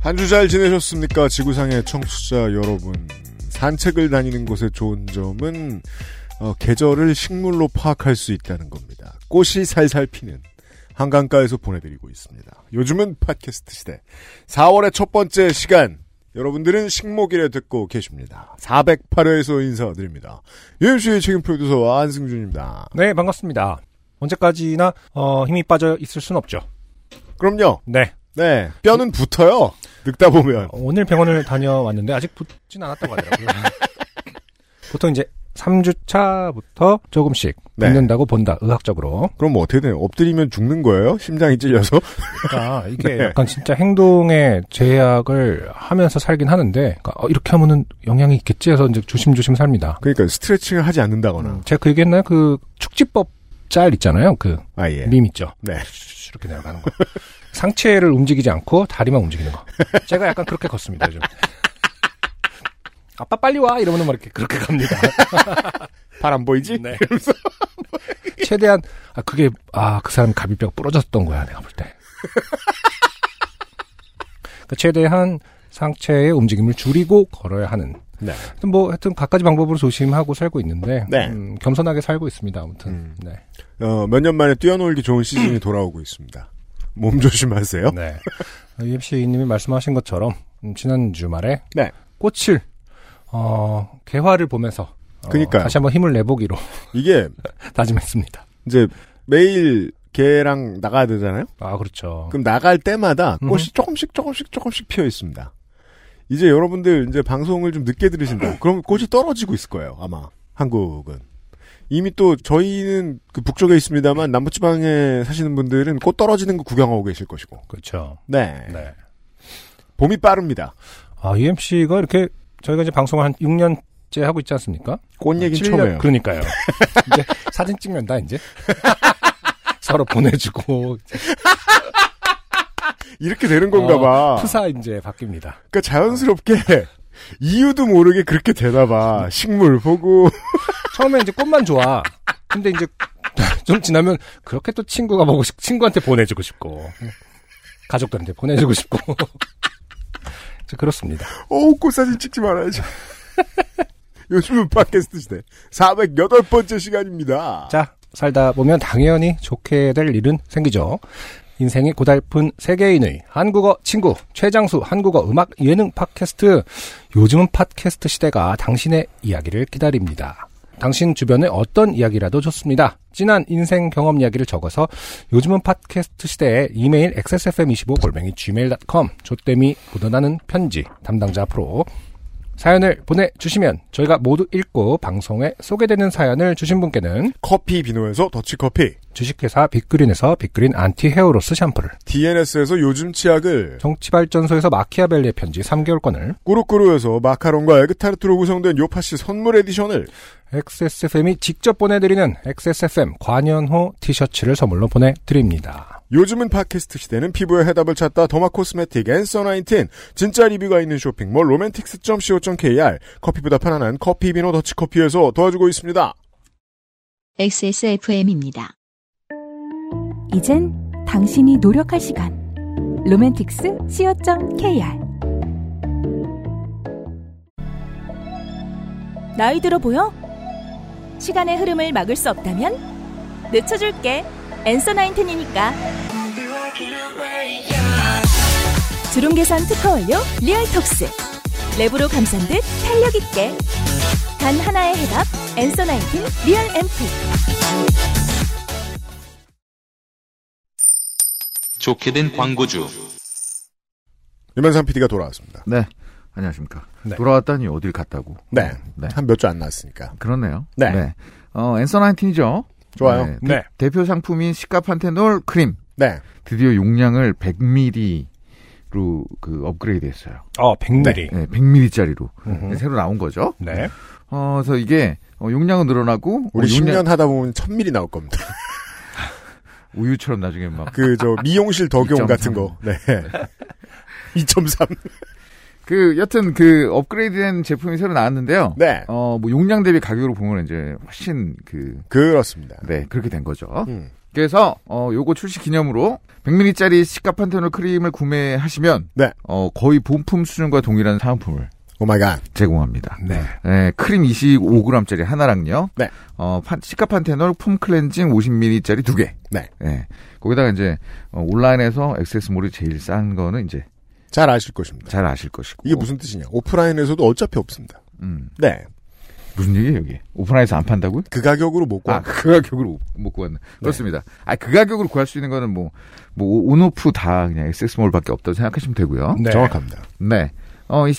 한 주 잘 지내셨습니까? 지구상의 청취자 여러분. 산책을 다니는 곳의 좋은 점은 어, 계절을 식물로 파악할 수 있다는 겁니다. 꽃이 살살 피는 한강가에서 보내드리고 있습니다. 요즘은 팟캐스트 시대. 4월의 첫 번째 시간. 여러분들은 식목일에 듣고 계십니다. 408회에서 인사드립니다. UMC의 책임 프로듀서 안승준입니다. 네, 반갑습니다. 언제까지나 어, 힘이 빠져 있을 순 없죠. 그럼요. 네. 네. 뼈는 붙어요. 늙다 보면. 오늘 병원을 다녀왔는데 아직 붙진 않았다고 하더라고요. 보통 이제 3주차부터 조금씩 네. 붙는다고 본다, 의학적으로. 그럼 뭐 어떻게 돼요? 엎드리면 죽는 거예요? 심장이 찔려서? 그러니까 이게 네. 약간 진짜 행동에 제약을 하면서 살긴 하는데, 그러니까 어, 이렇게 하면은 영향이 있겠지 해서 이제 조심조심 삽니다. 그러니까 스트레칭을 하지 않는다거나. 제가 그 얘기했나요? 그 축지법 짤 있잖아요. 그 밈 아, 예. 있죠. 네. 이렇게 내려가는 거. 상체를 움직이지 않고 다리만 움직이는 거. 제가 약간 그렇게 걷습니다, 요즘. 아빠 빨리 와! 이러면 막 이렇게 그렇게 갑니다. 발 안 보이지? 네. 최대한, 아, 그게, 아, 그 사람 갈비뼈가 부러졌던 거야, 내가 볼 때. 그러니까 최대한 상체의 움직임을 줄이고 걸어야 하는. 네. 하여튼 뭐, 하여튼 각가지 방법으로 조심하고 살고 있는데, 네. 음, 겸손하게 살고 있습니다, 아무튼. 음. 네. 어, 몇 년 만에 뛰어놀기 좋은 시즌이 돌아오고 있습니다. 몸 조심하세요. 네. UMC님이 말씀하신 것처럼, 음, 지난 주말에, 네. 꽃을, 어, 개화를 보면서, 어, 그니까요. 다시 한번 힘을 내보기로 그러니까 이게 다짐했습니다. 이제 매일 개랑 나가야 되잖아요. 아, 그렇죠. 그럼 나갈 때마다 음. 꽃이 조금씩 조금씩 조금씩 피어 있습니다. 이제 여러분들 이제 방송을 좀 늦게 들으신다. 그럼 꽃이 떨어지고 있을 거예요. 아마 한국은 이미 또 저희는 그 북쪽에 있습니다만 남부지방에 사시는 분들은 꽃 떨어지는 거 구경하고 계실 것이고. 그렇죠. 네. 네. 봄이 빠릅니다. 아, UMC가 이렇게 저희가 이제 방송을 한 6년째 하고 있지 않습니까? 꽃 얘기는 7년, 처음이에요. 그러니까요. 이제 사진 찍는다 이제. 서로 보내주고 이렇게 되는 건가 봐. 어, 푸사 이제 바뀝니다. 그러니까 자연스럽게 이유도 모르게 그렇게 되나 봐. 식물 보고 처음에 이제 꽃만 좋아. 근데 이제 좀 지나면 그렇게 또 친구가 보고 싶, 친구한테 보내주고 싶고 가족들한테 보내주고 싶고 이제 그렇습니다. 어우 꽃사진 찍지 말아야지. 요즘은 팟캐스트 시대 408번째 시간입니다. 자, 살다 보면 당연히 좋게 될 일은 생기죠. 인생이 고달픈 세계인의 한국어 친구 최장수 한국어 음악 예능 팟캐스트 요즘은 팟캐스트 시대가 당신의 이야기를 기다립니다. 당신 주변의 어떤 이야기라도 좋습니다. 진한 인생 경험 이야기를 적어서 요즘은 팟캐스트 시대에 이메일 xsfm25골뱅이 gmail.com 조땜이 묻어나는 편지 담당자 앞으로 사연을 보내주시면 저희가 모두 읽고 방송에 소개되는 사연을 주신 분께는 커피 비노에서 더치커피, 주식회사 빅그린에서 빅그린 안티 헤어로스 샴푸를 DNS에서 요즘 치약을, 정치발전소에서 마키아벨리의 편지 3개월권을 꾸루꾸루에서 마카롱과 에그타르트로 구성된 요파시 선물 에디션을 XSFM이 직접 보내드리는 XSFM 관현호 티셔츠를 선물로 보내드립니다. 요즘은 팟캐스트 시대는 피부의 해답을 찾다 더마 코스메틱 앤서 19 진짜 리뷰가 있는 쇼핑몰 로맨틱스.co.kr 커피보다 편안한 커피 비노 더치커피에서 도와주고 있습니다. XSFM입니다. 이젠 당신이 노력할 시간. 로맨틱스 co.kr 나이 들어 보여? 시간의 흐름을 막을 수 없다면 늦춰줄게. 엔서 나인텐이니까. 주름 개선 특허 완료 리얼톡스 랩으로 감싼 듯 탄력 있게 단 하나의 해답 엔서 나인틴 리얼 앰플 좋게 된 광고주. 유면상 PD가 돌아왔습니다. 네. 안녕하십니까. 네. 돌아왔다니 어딜 갔다고. 네. 네. 한 몇 주 안 나왔으니까. 그러네요. 네. 어, 앤서 19이죠. 좋아요. 네. 네. 대표 상품인 시카판테놀 크림. 네. 드디어 용량을 100ml 로, 그, 업그레이드 했어요. 어, 백내리. 네, 100mm짜리로. 음흠. 새로 나온 거죠. 네. 어, 그래서 이게, 어, 용량은 늘어나고, 우리 어, 용량- 10년 하다 보면 1000mm 나올 겁니다. 우유처럼 나중에 막. 그 저 미용실 덕용 2.3. 같은 거. 네. 2.3. 그, 여튼 그, 업그레이드된 제품이 새로 나왔는데요. 네. 어, 뭐, 용량 대비 가격으로 보면 이제 훨씬 그, 그렇습니다. 네, 그렇게 된 거죠. 음. 그래서, 어, 요거 출시 기념으로 100ml짜리 시카 판테놀 크림을 구매하시면, 네. 어, 거의 본품 수준과 동일한 사은품을 오 마이 갓. 제공합니다. 네. 네, 크림 25g짜리 하나랑요. 음. 네. 어, 판- 시카판테놀 폼 클렌징 50ml짜리 두 개. 네. 네. 거기다가 이제 어, 온라인에서 액세스몰이 제일 싼 거는 이제 잘 아실 것입니다. 잘 아실 것이고. 이게 무슨 뜻이냐? 오프라인에서도 어차피 없습니다. 어. 음, 네. 무슨 얘기예요, 여기? 오픈하이에서 안 판다고요? 그 가격으로 못 구합니다. 아, 그 가격으로 못 구하는. 네. 그렇습니다. 아, 그 가격으로 구할 수 있는 거는 뭐, 뭐, 온오프 다 그냥 액세스몰밖에 없다고 생각하시면 되고요. 네. 정확합니다. 네. 어, 이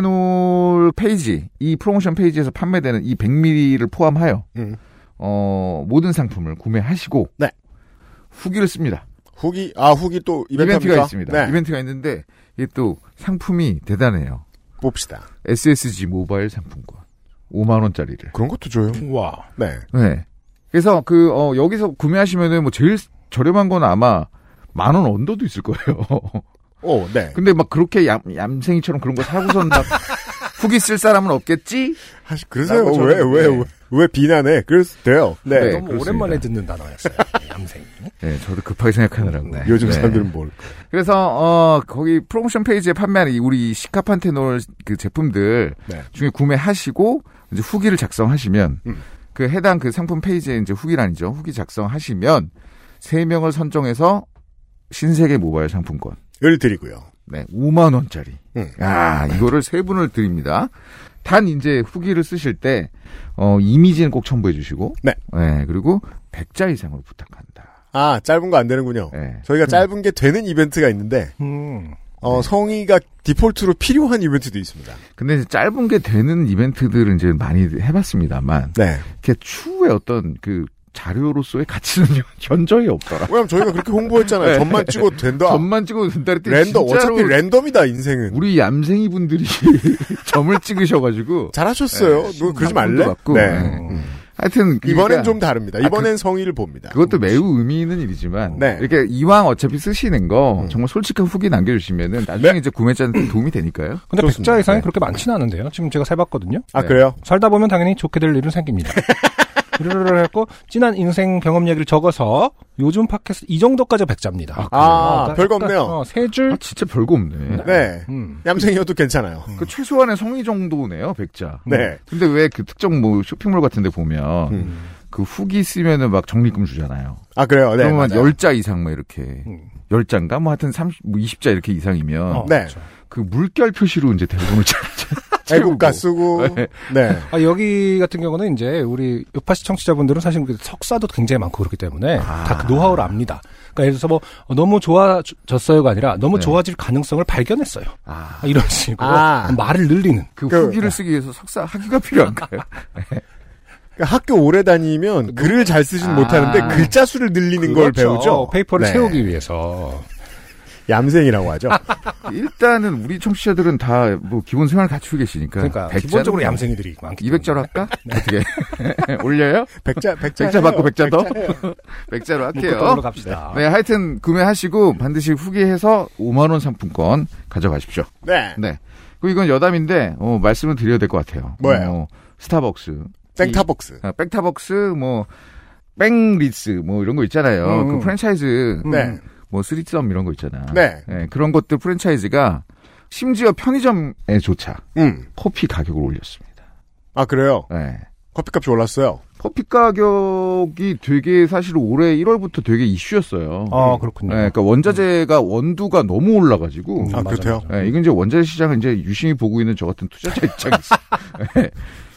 시카판테놀 페이지, 이 프로모션 페이지에서 판매되는 이 100ml를 포함하여, 음. 어, 모든 상품을 구매하시고, 네. 후기를 씁니다. 후기 아 후기 또 이벤트 이벤트가 합니까? 있습니다. 네. 이벤트가 있는데, 이게 또 상품이 대단해요. 봅시다. SSG 모바일 상품권. 5만원짜리를. 그런 것도 줘요. 음. 와. 네. 네. 그래서 그, 어, 여기서 구매하시면은 뭐 제일 저렴한 건 아마 만원 언더도 있을 거예요. 오, 네. 근데 막 그렇게 얌, 얌생이처럼 그런 거 사고선 막 후기 쓸 사람은 없겠지? 하시 그러세요. 라고 왜 저는, 왜 왜 네. 비난해? 그래서 돼요. 네. 네, 너무 그렇습니다. 오랜만에 듣는 단어였어요. 얌생이. 네, 저도 급하게 생각하느라고. 네. 요즘 네. 사람들은 뭘? 그래서, 어, 거기 프로모션 페이지에 판매하는 이 우리 시카판테놀 그 제품들 네. 중에 구매하시고, 이제 후기를 작성하시면, 그 해당 그 상품 페이지에 이제 후기란이죠. 후기 작성하시면, 세명을 선정해서 신세계 모바일 상품권. 을 드리고요. 네, 5만 원짜리. 음. 아, 이거를 세 분을 드립니다. 단 이제 후기를 쓰실 때 어, 이미지는 꼭 첨부해 주시고 예, 네. 그리고 100자 이상으로 부탁한다. 아 짧은 거 안 되는군요. 네. 저희가 짧은 게 되는 이벤트가 있는데 음. 어, 성의가 디폴트로 필요한 이벤트도 있습니다. 근데 이제 짧은 게 되는 이벤트들은 이제 많이 해 봤습니다만 네. 이렇게 추후에 어떤 그 자료로서의 가치는 현저히 없더라. 왜냐면 저희가 그렇게 홍보했잖아요. 네. 점만 찍어도 된다. 전만 찍어도 된다 그랬더니 그러니까 랜덤 진짜로 어차피 랜덤이다 인생은. 우리 얌생이 분들이 점을 찍으셔 가지고 네. 잘하셨어요. 너 그러지 말래? 맞고. 네. 네. 음. 하여튼 그러니까 이번엔 좀 다릅니다. 아, 이번엔 성의를 봅니다. 그것도 매우 의미 있는 일이지만 네. 음. 이렇게 이왕 어차피 쓰시는 거 정말 솔직한 후기 남겨주시면은 네. 나중에 이제 구매자한테 도움이 되니까요. 근데 좋습니다. 백자 이상이 네. 그렇게 많지는 않은데요. 지금 제가 세봤거든요. 아 네. 그래요? 살다 보면 당연히 좋게 될 일은 생깁니다. 이러려고 했고 진한 인생 경험 얘기를 적어서 요즘 팟캐스트 이 정도까지 백자입니다. 아, 별거 없네요. 어, 세 줄. 아 진짜 별거 없네. 음. 네. 음. 얌생이어도 괜찮아요. 그 최소한의 성의 정도네요, 백자. 네. 근데 왜 그 특정 뭐 쇼핑몰 같은 데 보면 그 후기 쓰면은 막 적립금 주잖아요. 아 그래요. 음. 네. 그러면 맞아요. 음. 열 자 이상 뭐 이렇게 열자인가뭐 하여튼 30, 뭐 20자 이렇게 이상이면 어, 네. 그렇죠. 그 물결 표시로 이제 대본을 짜 애국가 쓰고 네. 네. 아, 여기 같은 경우는 이제 우리 요파시 청취자분들은 사실 그 석사도 굉장히 많고 그렇기 때문에 다 그 노하우를 압니다. 그러니까 예를 들어서 뭐 어, 너무 좋아졌어요가 아니라 너무 네. 좋아질 가능성을 발견했어요. 아, 아, 이런 식으로 아. 말을 늘리는. 그 그- 후기를 쓰기 위해서 석사 학위가 필요한가요? 그러니까 학교 오래 다니면 글을 잘 쓰진 아. 못하는데 글자 수를 늘리는 걸 그렇죠. 배우죠. 페이퍼를 네. 채우기 위해서. 얌생이라고 하죠. 일단은 우리 청취자들은 다 뭐 기본 생활 갖추고 계시니까. 그러니까 백자는 기본적으로 네. 뭐 얌생이들이 많기 때문에. 200자로 할까? 어떻게 올려요? 백자 백자 백자 받고 해요. 백자 더? 백자 해요. 백자로 묶고 할게요. 떠올려 갑시다. 네, 하여튼 구매하시고 반드시 후기해서 5만 원 상품권 가져가십시오. 네. 네. 그리고 이건 여담인데 어, 말씀을 드려야 될 것 같아요. 뭐예요? 어, 스타벅스, 땡타벅스. 아, 백타벅스, 뭐 백리스, 뭐 이런 거 있잖아요. 음. 그 프랜차이즈, 네. 뭐 쓰리썸 이런 거 있잖아. 예, 네. 그런 것들 프랜차이즈가 심지어 편의점에조차 음. 커피 가격을 올렸습니다. 아 그래요. 네. 커피값이 올랐어요. 커피 가격이 되게 사실 올해 1월부터 되게 이슈였어요. 아, 그렇군요. 네, 그러니까 원자재가 원두가 너무 올라가지고. 아 음, 맞아, 그렇대요. 네, 이건 이제 원자재 시장은 이제 유심히 보고 있는 저 같은 투자자 입장에서 네,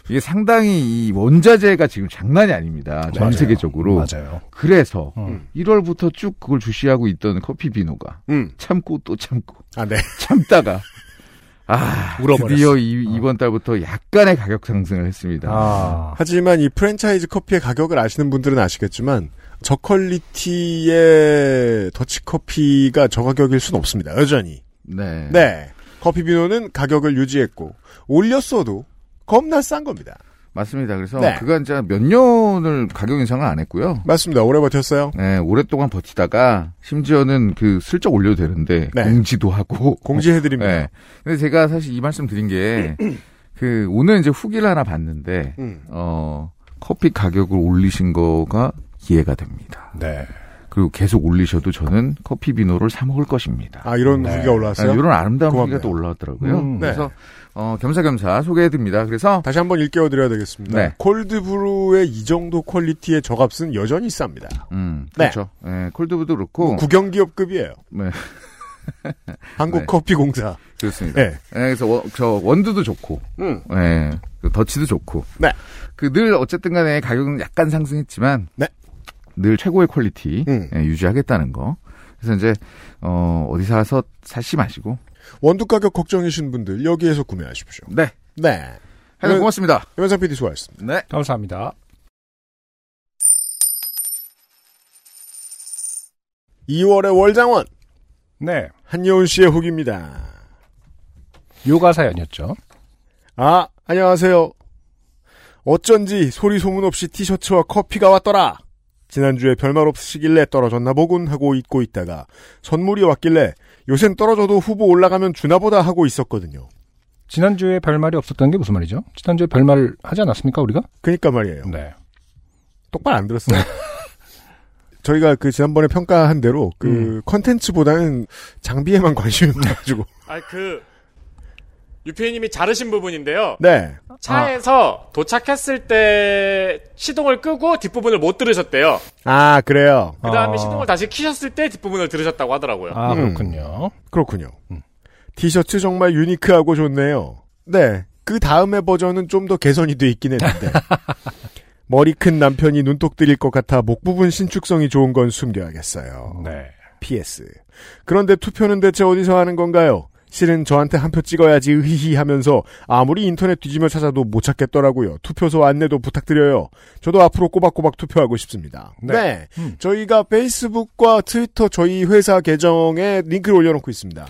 이게 상당히 이 원자재가 지금 장난이 아닙니다. 전 네, 맞아요. 음. 세계적으로. 맞아요. 그래서 음. 1월부터 쭉 그걸 주시하고 있던 커피 비노가 음. 참고 또 참고 아 네. 참다가 아 울어버렸어. 드디어 이, 번 달부터 약간의 가격 상승을 네. 했습니다. 아, 하지만 이 프랜차이즈 커피의 가격을 아시는 분들은 아시겠지만 저퀄리티의 더치커피가 저 가격일 순 없습니다. 여전히. 네. 네. 커피 비노는 가격을 유지했고 올렸어도 겁나 싼 겁니다. 맞습니다. 그래서 네. 그간 이제 몇 년을 가격 인상을 안 했고요. 맞습니다. 오래 버텼어요. 네, 오랫동안 버티다가 심지어는 그 슬쩍 올려도 되는데 네. 공지도 하고 공지해드립니다. 네. 근데 제가 사실 이 말씀 드린 게 그 오늘 이제 후기를 하나 봤는데 음. 어 커피 가격을 올리신 거가 이해가 됩니다. 네. 그리고 계속 올리셔도 저는 커피 비노를 사 먹을 것입니다. 아 이런 네. 후기가 올라왔어요. 이런 아름다운 고맙네요. 후기가 또 올라왔더라고요. 음. 네. 그래서 어, 겸사겸사 소개해드립니다. 그래서 다시 한번 일깨워드려야 되겠습니다. 네. 콜드브루의 이 정도 퀄리티의 저값은 여전히 쌉니다. 음, 네. 뭐 그렇죠. 예, 콜드브도 그렇고 국영기업급이에요. 네, 네. 한국커피공사. 그렇습니다. 네. 예, 그래서 원, 저 원두도 좋고, 음. 예, 그 더치도 좋고, 네. 그 늘 어쨌든간에 가격은 약간 상승했지만, 네. 늘 최고의 퀄리티 음. 예, 유지하겠다는 거. 그래서 이제 어, 어디 사서 사시 마시고, 원두 가격 걱정이신 분들 여기에서 구매하십시오. 네, 네. 하여튼 그- 고맙습니다. 유현상 PD 수고하셨습니다. 네. 감사합니다. 이월의 월장원 네. 한여운 씨의 후기입니다. 요가 사연이었죠. 아, 안녕하세요. 어쩐지 소리 소문 없이 티셔츠와 커피가 왔더라. 지난주에 별말 없으시길래 떨어졌나 보군 하고 잊고 있다가 선물이 왔길래 요샌 떨어져도 후보 올라가면 주나 보다 하고 있었거든요. 지난주에 별말이 없었던 게 무슨 말이죠? 지난주에 별말 하지 않았습니까, 우리가? 그니까 말이에요. 네. 똑바로 안 들었어요. 저희가 그 지난번에 평가한 대로 그 컨텐츠보다는 장비에만 관심이 많아가지고. 아그 유피님이 자르신 부분인데요. 네. 차에서 도착했을 때 시동을 끄고 뒷부분을 못 들으셨대요. 아, 그래요. 그 다음에 아. 시동을 다시 키셨을 때 뒷부분을 들으셨다고 하더라고요. 아, 음. 그렇군요. 그렇군요. 음. 티셔츠 정말 유니크하고 좋네요. 네. 그 다음의 버전은 좀 더 개선이 돼 있긴 했는데. 머리 큰 남편이 눈독 들일 것 같아 목 부분 신축성이 좋은 건 숨겨야겠어요. 네. PS. 그런데 투표는 대체 어디서 하는 건가요? 실은 저한테 한 표 찍어야지 으히히 하면서 아무리 인터넷 뒤지며 찾아도 못 찾겠더라고요. 투표소 안내도 부탁드려요. 저도 앞으로 꼬박꼬박 투표하고 싶습니다. 네. 음. 저희가 페이스북과 트위터 저희 회사 계정에 링크를 올려놓고 있습니다.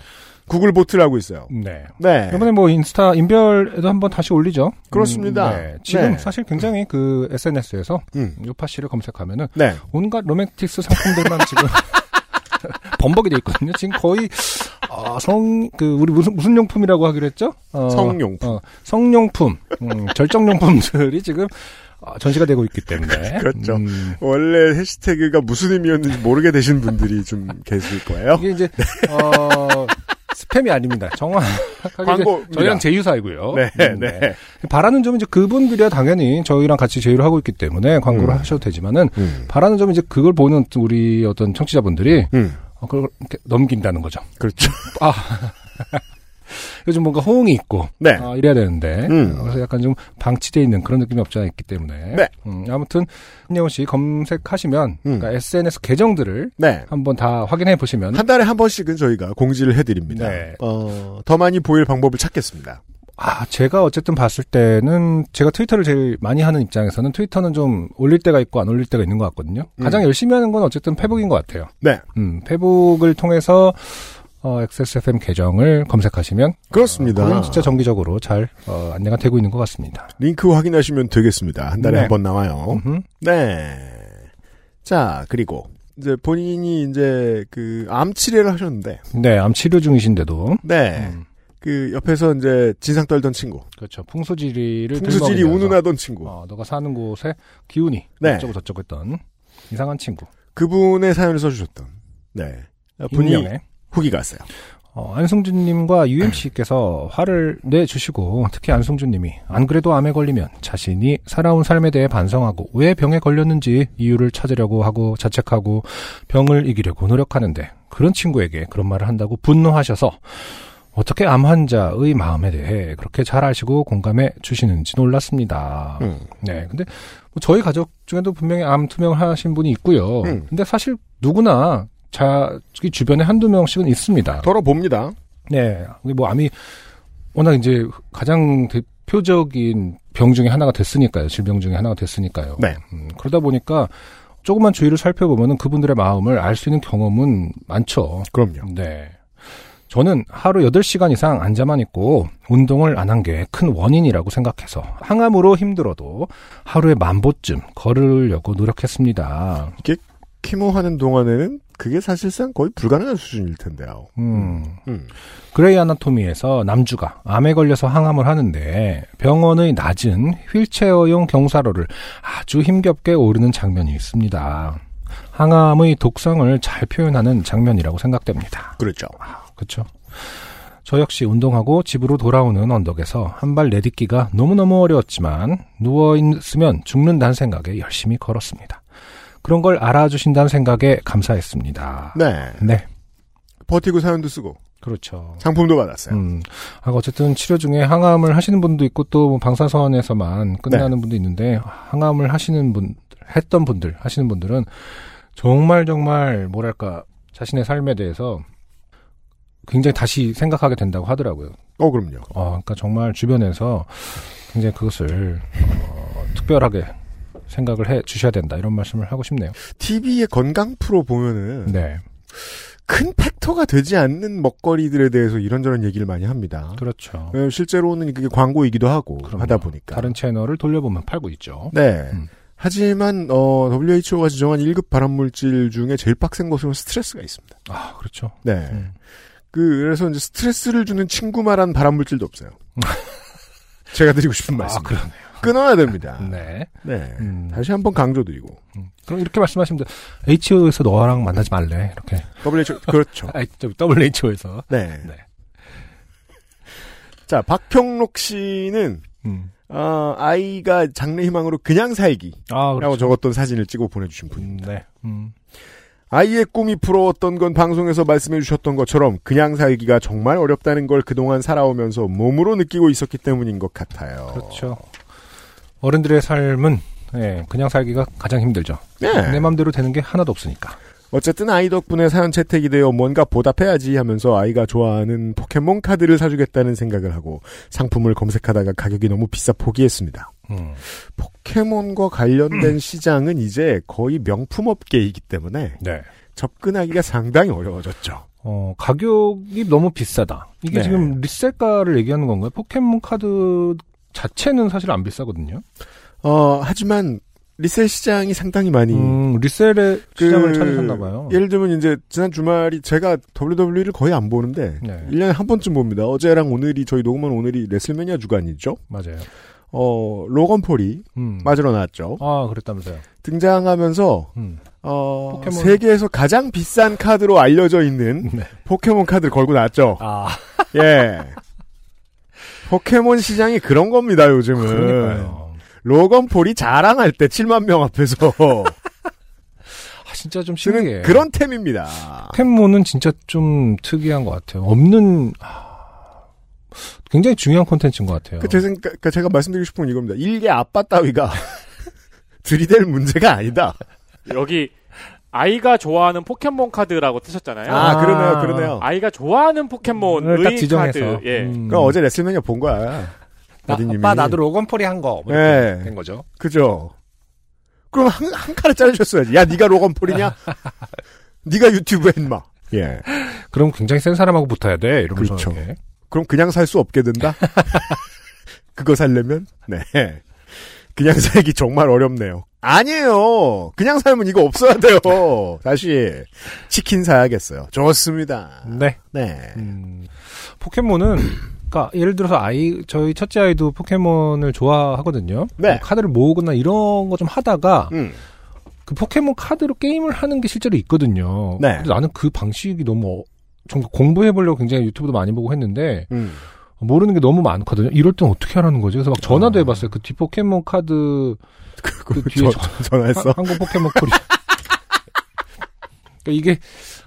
구글 보트를 하고 있어요. 네. 네. 이번에 뭐 인스타 인별에도 한번 다시 올리죠. 그렇습니다. 음, 네. 지금 네. 사실 굉장히 그 SNS에서 음. 요파 씨를 검색하면은 네. 온갖 로맨틱스 상품들만 지금 범벅이 돼 있거든요. 지금 거의 어, 성, 그, 우리 무슨, 무슨 용품이라고 하기로 했죠? 어, 성용품. 어, 성용품, 음, 절정용품들이 지금 어, 전시가 되고 있기 때문에. 그렇죠. 음, 원래 해시태그가 무슨 의미였는지 모르게 되신 분들이 좀 계실 거예요. 이게 이제, 어, 스팸이 아닙니다. 정확하게. 광고입니다. 이제 저희랑 제휴사이고요. 네, 음, 네. 바라는 점은 이제 그분들이야 당연히 저희랑 같이 제휴를 하고 있기 때문에 광고를 음. 하셔도 되지만은 음. 바라는 점은 이제 그걸 보는 우리 어떤 청취자분들이 음. 어, 그걸 이렇게 넘긴다는 거죠. 그렇죠. 요즘 뭔가 호응이 있고 네. 아, 이래야 되는데 음. 어, 그래서 약간 좀 방치돼 있는 그런 느낌이 없지 않아 있기 때문에 네. 음, 아무튼 한예원 씨 검색하시면 음. 그러니까 SNS 계정들을 네. 한번 다 확인해 보시면 한 달에 한 번씩은 저희가 공지를 해드립니다. 네. 어, 더 많이 보일 방법을 찾겠습니다. 아 제가 어쨌든 봤을 때는 제가 트위터를 제일 많이 하는 입장에서는 트위터는 좀 올릴 때가 있고 안 올릴 때가 있는 것 같거든요. 가장 음. 열심히 하는 건 어쨌든 페북인 것 같아요. 네. 음, 페북을 통해서 어, XSFM 계정을 검색하시면 아. 그렇습니다. 거기는 진짜 정기적으로 잘 어, 안내가 되고 있는 것 같습니다. 링크 확인하시면 되겠습니다. 한 달에 네. 한 번 나와요. 음흠. 네. 자, 그리고 이제 본인이 이제 그 암 치료를 하셨는데, 네, 암 치료 중이신데도 네. 음. 그 옆에서 이제 진상 떨던 친구, 그렇죠. 풍수지리를 풍수질이 들먹이면서, 운운하던 친구, 어, 너가 사는 곳에 기운이 네. 어쩌고 저쩌고 했던 이상한 친구. 그분의 사연을 써주셨던, 네. 분이 익명의. 후기가 왔어요. 어, 안승준님과 UMC께서 화를 내주시고 특히 안승준님이 안 그래도 암에 걸리면 자신이 살아온 삶에 대해 반성하고 왜 병에 걸렸는지 이유를 찾으려고 하고 자책하고 병을 이기려고 노력하는데 그런 친구에게 그런 말을 한다고 분노하셔서 어떻게 암 환자의 마음에 대해 그렇게 잘 아시고 공감해 주시는지 놀랐습니다. 음. 네, 근데 뭐 저희 가족 중에도 분명히 암 투명을 하신 분이 있고요. 음. 근데 사실 누구나 자기 주변에 한두 명씩은 있습니다. 덜어봅니다. 네. 이게 뭐 암이 워낙 이제 가장 대표적인 병 중에 하나가 됐으니까요. 질병 중에 하나가 됐으니까요. 네. 음, 그러다 보니까 조금만 주위를 살펴보면은 그분들의 마음을 알 수 있는 경험은 많죠. 그럼요. 네. 저는 하루 8시간 이상 앉아만 있고 운동을 안 한 게 큰 원인이라고 생각해서 항암으로 힘들어도 하루에 만보쯤 걸으려고 노력했습니다. 키모하는 동안에는 그게 사실상 거의 불가능한 수준일 텐데요. 음. 음. 그레이 아나토미에서 남주가 암에 걸려서 항암을 하는데 병원의 낮은 휠체어용 경사로를 아주 힘겹게 오르는 장면이 있습니다. 항암의 독성을 잘 표현하는 장면이라고 생각됩니다. 그렇죠. 그렇죠? 저 역시 운동하고 집으로 돌아오는 언덕에서 한 발 내딛기가 너무너무 어려웠지만 누워있으면 죽는다는 생각에 열심히 걸었습니다. 그런 걸 알아주신다는 생각에 감사했습니다. 네. 네. 버티고 사연도 쓰고 그렇죠. 상품도 받았어요. 음. 아, 어쨌든 치료 중에 항암을 하시는 분도 있고 또뭐 방사선에서만 네. 끝나는 분도 있는데 항암을 하시는 분 했던 분들 하시는 분들은 정말 정말 뭐랄까 자신의 삶에 대해서 굉장히 다시 생각하게 된다고 하더라고요. 어 그럼요. 어, 그러니까 정말 주변에서 굉장히 그것을 어, 특별하게 생각을 해 주셔야 된다 이런 말씀을 하고 싶네요. TV의 건강 프로 보면은 네, 큰 팩터가 되지 않는 먹거리들에 대해서 이런저런 얘기를 많이 합니다. 그렇죠. 어, 실제로는 그게 광고이기도 하고 그럼요. 하다 보니까. 다른 채널을 돌려보면 팔고 있죠. 네. 음. 하지만 어, WHO가 지정한 1급 발암물질 중에 제일 빡센 것은 스트레스가 있습니다. 아, 그렇죠. 네. 음. 그, 그래서 이제 스트레스를 주는 친구만한 발암물질도 없어요. 제가 드리고 싶은 말씀. 아, 그러네. 끊어야 됩니다. 네. 네. 음. 다시 한번 강조드리고. 그럼 이렇게 말씀하시면 돼요. HO에서 너랑 만나지 말래. 이렇게. WHO, 그렇죠. 아, WHO에서. 네. 네. 자, 박평록 씨는, 음. 어, 아이가 장래희망으로 그냥 살기라고 아, 그렇죠. 적었던 사진을 찍어 보내주신 분입니다. 음, 네. 음. 아이의 꿈이 부러웠던 건 방송에서 말씀해 주셨던 것처럼 그냥 살기가 정말 어렵다는 걸 그동안 살아오면서 몸으로 느끼고 있었기 때문인 것 같아요. 그렇죠. 어른들의 삶은 예, 그냥 살기가 가장 힘들죠. 네. 내 맘대로 되는 게 하나도 없으니까. 어쨌든 아이 덕분에 사연 채택이 되어 뭔가 보답해야지 하면서 아이가 좋아하는 포켓몬 카드를 사주겠다는 생각을 하고 상품을 검색하다가 가격이 너무 비싸 포기했습니다. 음. 포켓몬과 관련된 시장은 이제 거의 명품 업계이기 때문에 네. 접근하기가 상당히 어려워졌죠. 어, 가격이 너무 비싸다. 이게 네. 지금 리셀가를 얘기하는 건가요? 포켓몬 카드 자체는 사실 안 비싸거든요. 어, 하지만 리셀 시장이 상당히 많이 음, 리셀의 그, 시장을 찾으셨나 봐요. 예를 들면 이제 지난 주말이 제가 WWE를 거의 안 보는데 네. 1년에 한 번쯤 봅니다. 어제랑 오늘이 저희 녹음한 오늘이 레슬매니아 주간이죠. 맞아요. 어, 로건 폴이 음. 맞으러 나왔죠. 아, 그랬다면서요. 등장하면서 음. 어, 포켓몬. 세계에서 가장 비싼 카드로 알려져 있는 네. 포켓몬 카드를 걸고 나왔죠. 아, 예. 포켓몬 시장이 그런 겁니다, 요즘은. 그러니까요. 로건 폴이 자랑할 때 7만 명 앞에서 아, 진짜 좀 신기해. 쓰는 그러니까 그런 어. 템입니다. 포켓몬은 진짜 좀 특이한 것 같아요. 없는 하, 굉장히 중요한 콘텐츠인 것 같아요. 그, 제 생각, 그니까 제가 말씀드리고 싶은 건 이겁니다. 일개 아빠 따위가 들이댈 문제가 아니다. 여기 아이가 좋아하는 포켓몬 카드라고 뜨셨잖아요. 아, 그러네요, 그러네요. 음. 아이가 좋아하는 포켓몬의 딱 지정해서. 카드. 예. 음. 그러니까 어제 레슬매니아 본 거야. 나, 어디님이. 아빠 나도 로건폴이 한 거. 뭐 이렇게 예. 된 거죠. 그죠? 그럼 한, 한 칸을 자르셨어야지. 야, 네가 로건폴이냐? 네가 유튜브 했마. 예. 그럼 굉장히 센 사람하고 붙어야 돼. 이러면서. 그렇죠. 이렇게. 그럼 그냥 살 수 없게 된다? 그거 살려면? 네. 그냥 살기 정말 어렵네요. 아니에요. 그냥 살면 이거 없어야 돼요. 다시 치킨 사야겠어요. 좋습니다. 네. 네. 음, 포켓몬은 그러니까 예를 들어서 아이 저희 첫째 아이도 포켓몬을 좋아하거든요. 네. 뭐 카드를 모으거나 이런 거 좀 하다가 음. 그 포켓몬 카드로 게임을 하는 게 실제로 있거든요. 네. 근데 나는 그 방식이 너무 어- 좀 공부해보려고 굉장히 유튜브도 많이 보고 했는데 음. 모르는 게 너무 많거든요. 이럴 땐 어떻게 하라는 거지? 그래서 막 아. 전화도 해봤어요. 그 뒤 포켓몬 카드 그거 그 뒤에 저- 전화했어. 한- 한국 포켓몬 코리아. 그러니까 이게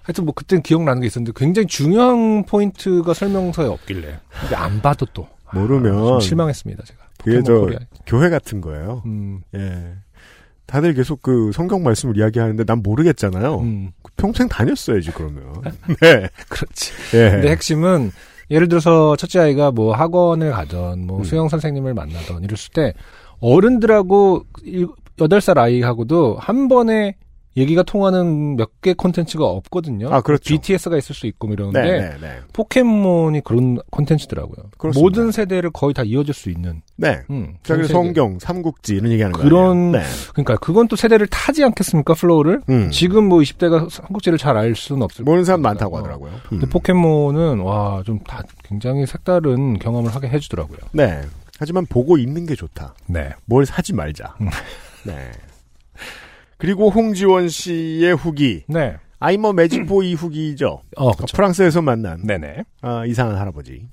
하여튼 뭐 그땐 기억나는 게 있었는데 굉장히 중요한 포인트가 설명서에 없길래 이게 안 봐도 또 모르면 좀 실망했습니다 제가. 어. 그게 포켓몬 저- 코리아. 교회 같은 거예요. 음, 예. 다들 계속 그 성경 말씀을 이야기하는데 난 모르겠잖아요. 음, 평생 다녔어야지 그러면. 네. 그렇지. 예. 근데 핵심은 예를 들어서 첫째 아이가 뭐 학원을 가던 뭐 음. 수영 선생님을 만나던 이랬을 때 어른들하고 일- 여덟 살 아이하고도 한 번에 얘기가 통하는 몇 개 콘텐츠가 없거든요. 아, 그렇죠. BTS가 있을 수 있고 뭐 이러는데 네, 네, 네. 포켓몬이 그런 콘텐츠더라고요. 그렇습니다. 모든 세대를 거의 다 이어줄 수 있는. 네. 음, 자, 그래서 전 세계. 성경, 삼국지 이런 얘기하는 거예요. 그런- 네. 그러니까 그건 또 세대를 타지 않겠습니까 플로우를? 음. 지금 뭐 20대가 한국제를 잘 알 수는 없을 모르는 사람 겁니다. 많다고 어. 하더라고요. 음. 근데 포켓몬은 와 좀 다 굉장히 색다른 경험을 하게 해주더라고요. 네. 하지만 보고 있는 게 좋다. 네. 뭘 사지 말자. 음. 네. 그리고 홍지원 씨의 후기. 네. 아이머 매직보이 후기죠. 어, 어, 그렇죠. 프랑스에서 만난 네네. 아, 이상한 할아버지.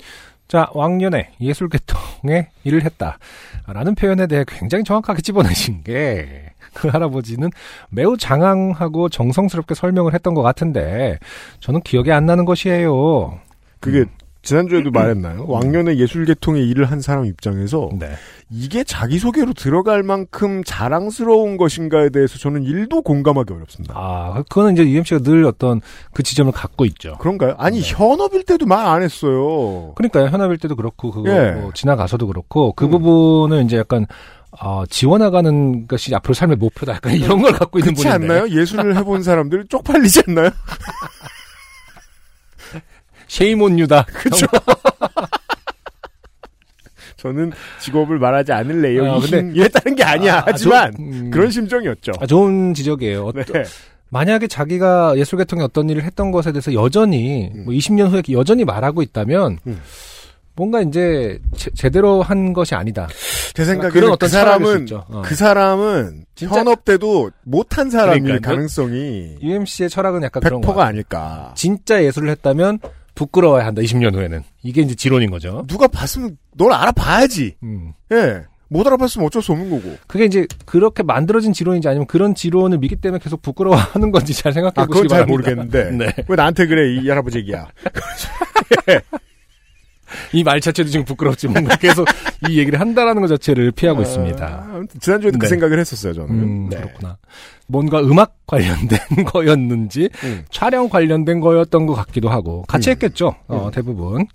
자, 왕년에 예술계통에 일을 했다. 라는 표현에 대해 굉장히 정확하게 집어내신 게, 그 할아버지는 매우 장황하고 정성스럽게 설명을 했던 것 같은데, 저는 기억이 안 나는 것이에요. 그게 지난주에도 말했나요? 왕년에 예술계통에 일을 한 사람 입장에서 네. 이게 자기소개로 들어갈 만큼 자랑스러운 것인가에 대해서 저는 일도 공감하기 어렵습니다. 아, 그거는 이제 UMC가 늘 어떤 그 지점을 갖고 있죠. 그런가요? 아니, 네. 현업일 때도 말 안 했어요. 그러니까요. 현업일 때도 그렇고, 그거 예. 음. 뭐 지나가서도 그렇고, 그 부분은 이제 약간, 어, 지원해가는 것이 앞으로 삶의 목표다. 약간 이런 걸 갖고 있는 그렇지 분인데. 않나요? 예술을 해본 사람들 쪽팔리지 않나요? 쉐이몬유다. 그렇죠. 그죠. 저는 직업을 말하지 않을래요. 아, 이 근데- 심- 이에 따른 게 아니야. 아, 하지만 좀, 음. 그런 심정이었죠. 아, 좋은 지적이에요. 어떤- 네. 만약에 자기가 예술계통에 어떤 일을 했던 것에 대해서 여전히 뭐 20년 후에 여전히 말하고 있다면 음. 뭔가 이제 제, 대로한 것이 아니다. 제 생각에는 그런 그 어떤 철학일 수 사람은 있죠. 어. 그 사람은 진짜- 현업 때도 못한 사람일 그러니까요. 가능성이 UMC의 철학은 약간 그런 거. 100%가 같아요. 아닐까. 진짜 예술을 했다면 부끄러워야 한다. 20년 후에는 이게 이제 지론인 거죠. 누가 봤으면 널 알아봐야지. 음. 예. 못 알아봤으면 어쩔 수 없는 거고. 그게 이제 그렇게 만들어진 지론인지 아니면 그런 지론을 믿기 때문에 계속 부끄러워하는 건지 잘 생각해 아, 그건 보시기 잘 바랍니다. 모르겠는데. 네. 왜 나한테 그래, 이 할아버지 얘기야. 이 말 자체도 지금 부끄럽지 뭔가 계속 이 얘기를 한다라는 것 자체를 피하고 있습니다. 아, 아무튼 지난주에도 그 네. 생각을 했었어요, 저는. 음, 네. 그렇구나. 뭔가 음악 관련된 거였는지 음. 촬영 관련된 거였던 것 같기도 하고 같이 했겠죠. 음. 어, 대부분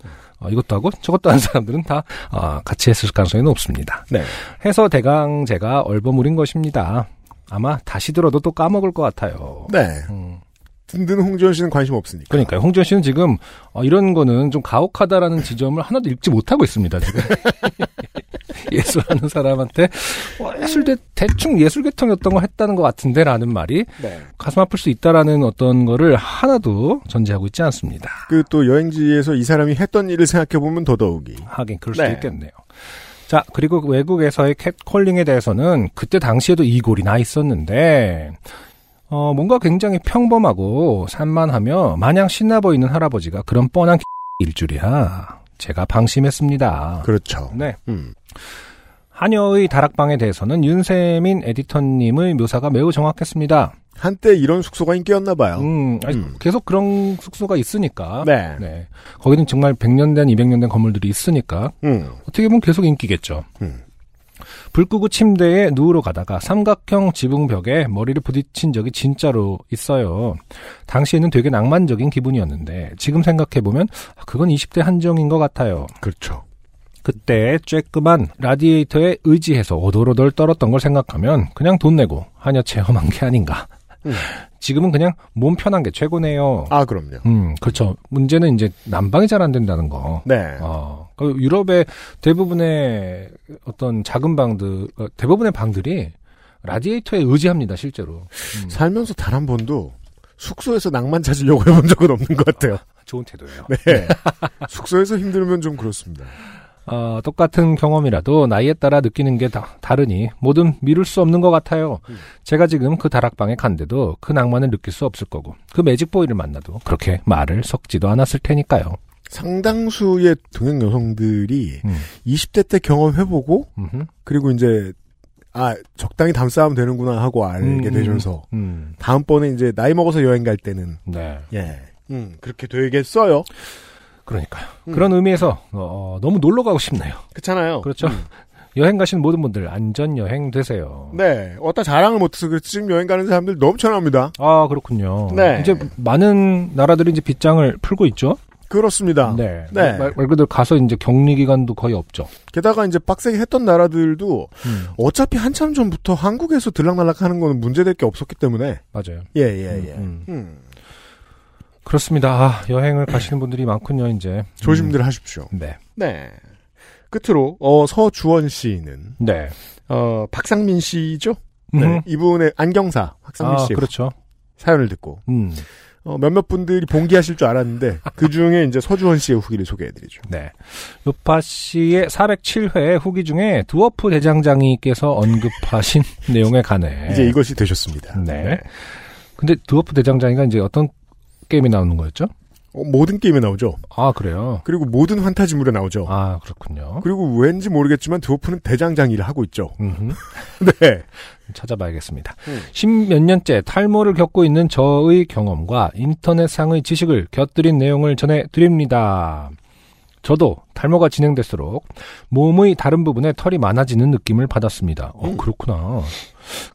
어, 이것도 하고 저것도 한 사람들은 다 아, 같이 했을 가능성이 높습니다. 네. 해서 대강 제가 얼버무린 것입니다. 아마 다시 들어도 또 까먹을 것 같아요. 네. 음. 든든 홍지원 씨는 관심 없으니까. 그러니까 요 홍준 씨는 지금 어, 이런 거는 좀 가혹하다라는 지점을 하나도 읽지 못하고 있습니다. 지금 예술하는 사람한테 어, 예술 대, 대충 예술 계통이었던 거 했다는 것 같은데라는 말이 네. 가슴 아플 수 있다라는 어떤 거를 하나도 전제하고 있지 않습니다. 그 또 여행지에서 이 사람이 했던 일을 생각해보면 더더욱이. 하긴 그럴 수도 네. 있겠네요. 자, 그리고 외국에서의 캣콜링에 대해서는 그때 당시에도 이골이 나 있었는데, 어, 뭔가 굉장히 평범하고 산만하며 마냥 신나 보이는 할아버지가 그런 뻔한 일 줄이야. 제가 방심했습니다. 그렇죠. 네. 음. 한여의 다락방에 대해서는 윤세민 에디터님의 묘사가 매우 정확했습니다. 한때 이런 숙소가 인기였나 봐요. 음, 아니, 음. 계속 그런 숙소가 있으니까. 네. 네. 거기는 정말 100년 된, 200년 된 건물들이 있으니까 음. 어떻게 보면 계속 인기겠죠. 음. 불 끄고 침대에 누우러 가다가 삼각형 지붕벽에 머리를 부딪힌 적이 진짜로 있어요. 당시에는 되게 낭만적인 기분이었는데 지금 생각해보면 아, 그건 20대 한정인 것 같아요. 그렇죠. 그때 쬐끄만 라디에이터에 의지해서 오돌오돌 떨었던 걸 생각하면 그냥 돈 내고 한여 체험한 게 아닌가. 음. 지금은 그냥 몸 편한 게 최고네요. 아, 그럼요. 음, 그렇죠. 문제는 이제 난방이 잘 안 된다는 거. 네. 어, 그 유럽의 대부분의 어떤 작은 방들, 어, 대부분의 방들이 라디에이터에 의지합니다, 실제로. 살면서 단 한 번도 숙소에서 낭만 찾으려고 해본 적은 없는 것 같아요. 좋은 태도예요. 네. 숙소에서 힘들면 좀 그렇습니다. 어, 똑같은 경험이라도 나이에 따라 느끼는 게 다, 다르니 뭐든 미룰 수 없는 것 같아요. 제가 지금 그 다락방에 간데도 그 낭만을 느낄 수 없을 거고 그 매직보이를 만나도 그렇게 말을 섞지도 않았을 테니까요. 상당수의 동양 여성들이 음. 20대 때 경험해보고 음흠. 그리고 이제 아 적당히 담싸면 되는구나 하고 알게 음, 되셔서 음, 다음번에 이제 나이 먹어서 여행 갈 때는 네. 예. 음, 그렇게 되겠어요. 그러니까요. 음. 그런 의미에서 어, 너무 놀러 가고 싶네요. 그렇잖아요. 음. 그렇죠. 여행 가시는 모든 분들 안전 여행 되세요. 네. 어떤 자랑을 못해서 그렇지 지금 여행 가는 사람들 넘쳐납니다. 아 그렇군요. 네. 이제 많은 나라들이 이제 빗장을 풀고 있죠. 그렇습니다. 네. 말, 말 그대로 가서 이제 격리 기간도 거의 없죠. 게다가 이제 빡세게 했던 나라들도 음. 어차피 한참 전부터 한국에서 들락날락 하는 거는 문제될 게 없었기 때문에. 맞아요. 예, 예, 예. 음, 음. 음, 그렇습니다. 아, 여행을 가시는 분들이 많군요, 이제. 조심들 하십시오. 음, 네. 네. 끝으로, 어, 서주원 씨는, 네. 어, 박상민 씨죠? 음. 네. 이분의 안경사, 박상민 아, 씨의 그렇죠. 사연을 듣고, 음. 어, 몇몇 분들이 봉기하실 줄 알았는데, 그 중에 이제 서주원 씨의 후기를 소개해드리죠. 네. 요파 씨의 407회 후기 중에 두어프 대장장이께서 언급하신 내용에 관해. 이제 이것이 되셨습니다. 네. 근데 두어프 대장장이가 이제 어떤 게임이 나오는 거였죠? 어, 모든 게임에 나오죠. 아, 그래요? 그리고 모든 환타지물에 나오죠. 아, 그렇군요. 그리고 왠지 모르겠지만 드워프는 대장장이를 하고 있죠. 음흠. 네. 찾아봐야겠습니다. 십몇 년째 탈모를 겪고 있는 저의 경험과 인터넷상의 지식을 곁들인 내용을 전해드립니다. 저도 탈모가 진행될수록 몸의 다른 부분에 털이 많아지는 느낌을 받았습니다. 어, 그렇구나.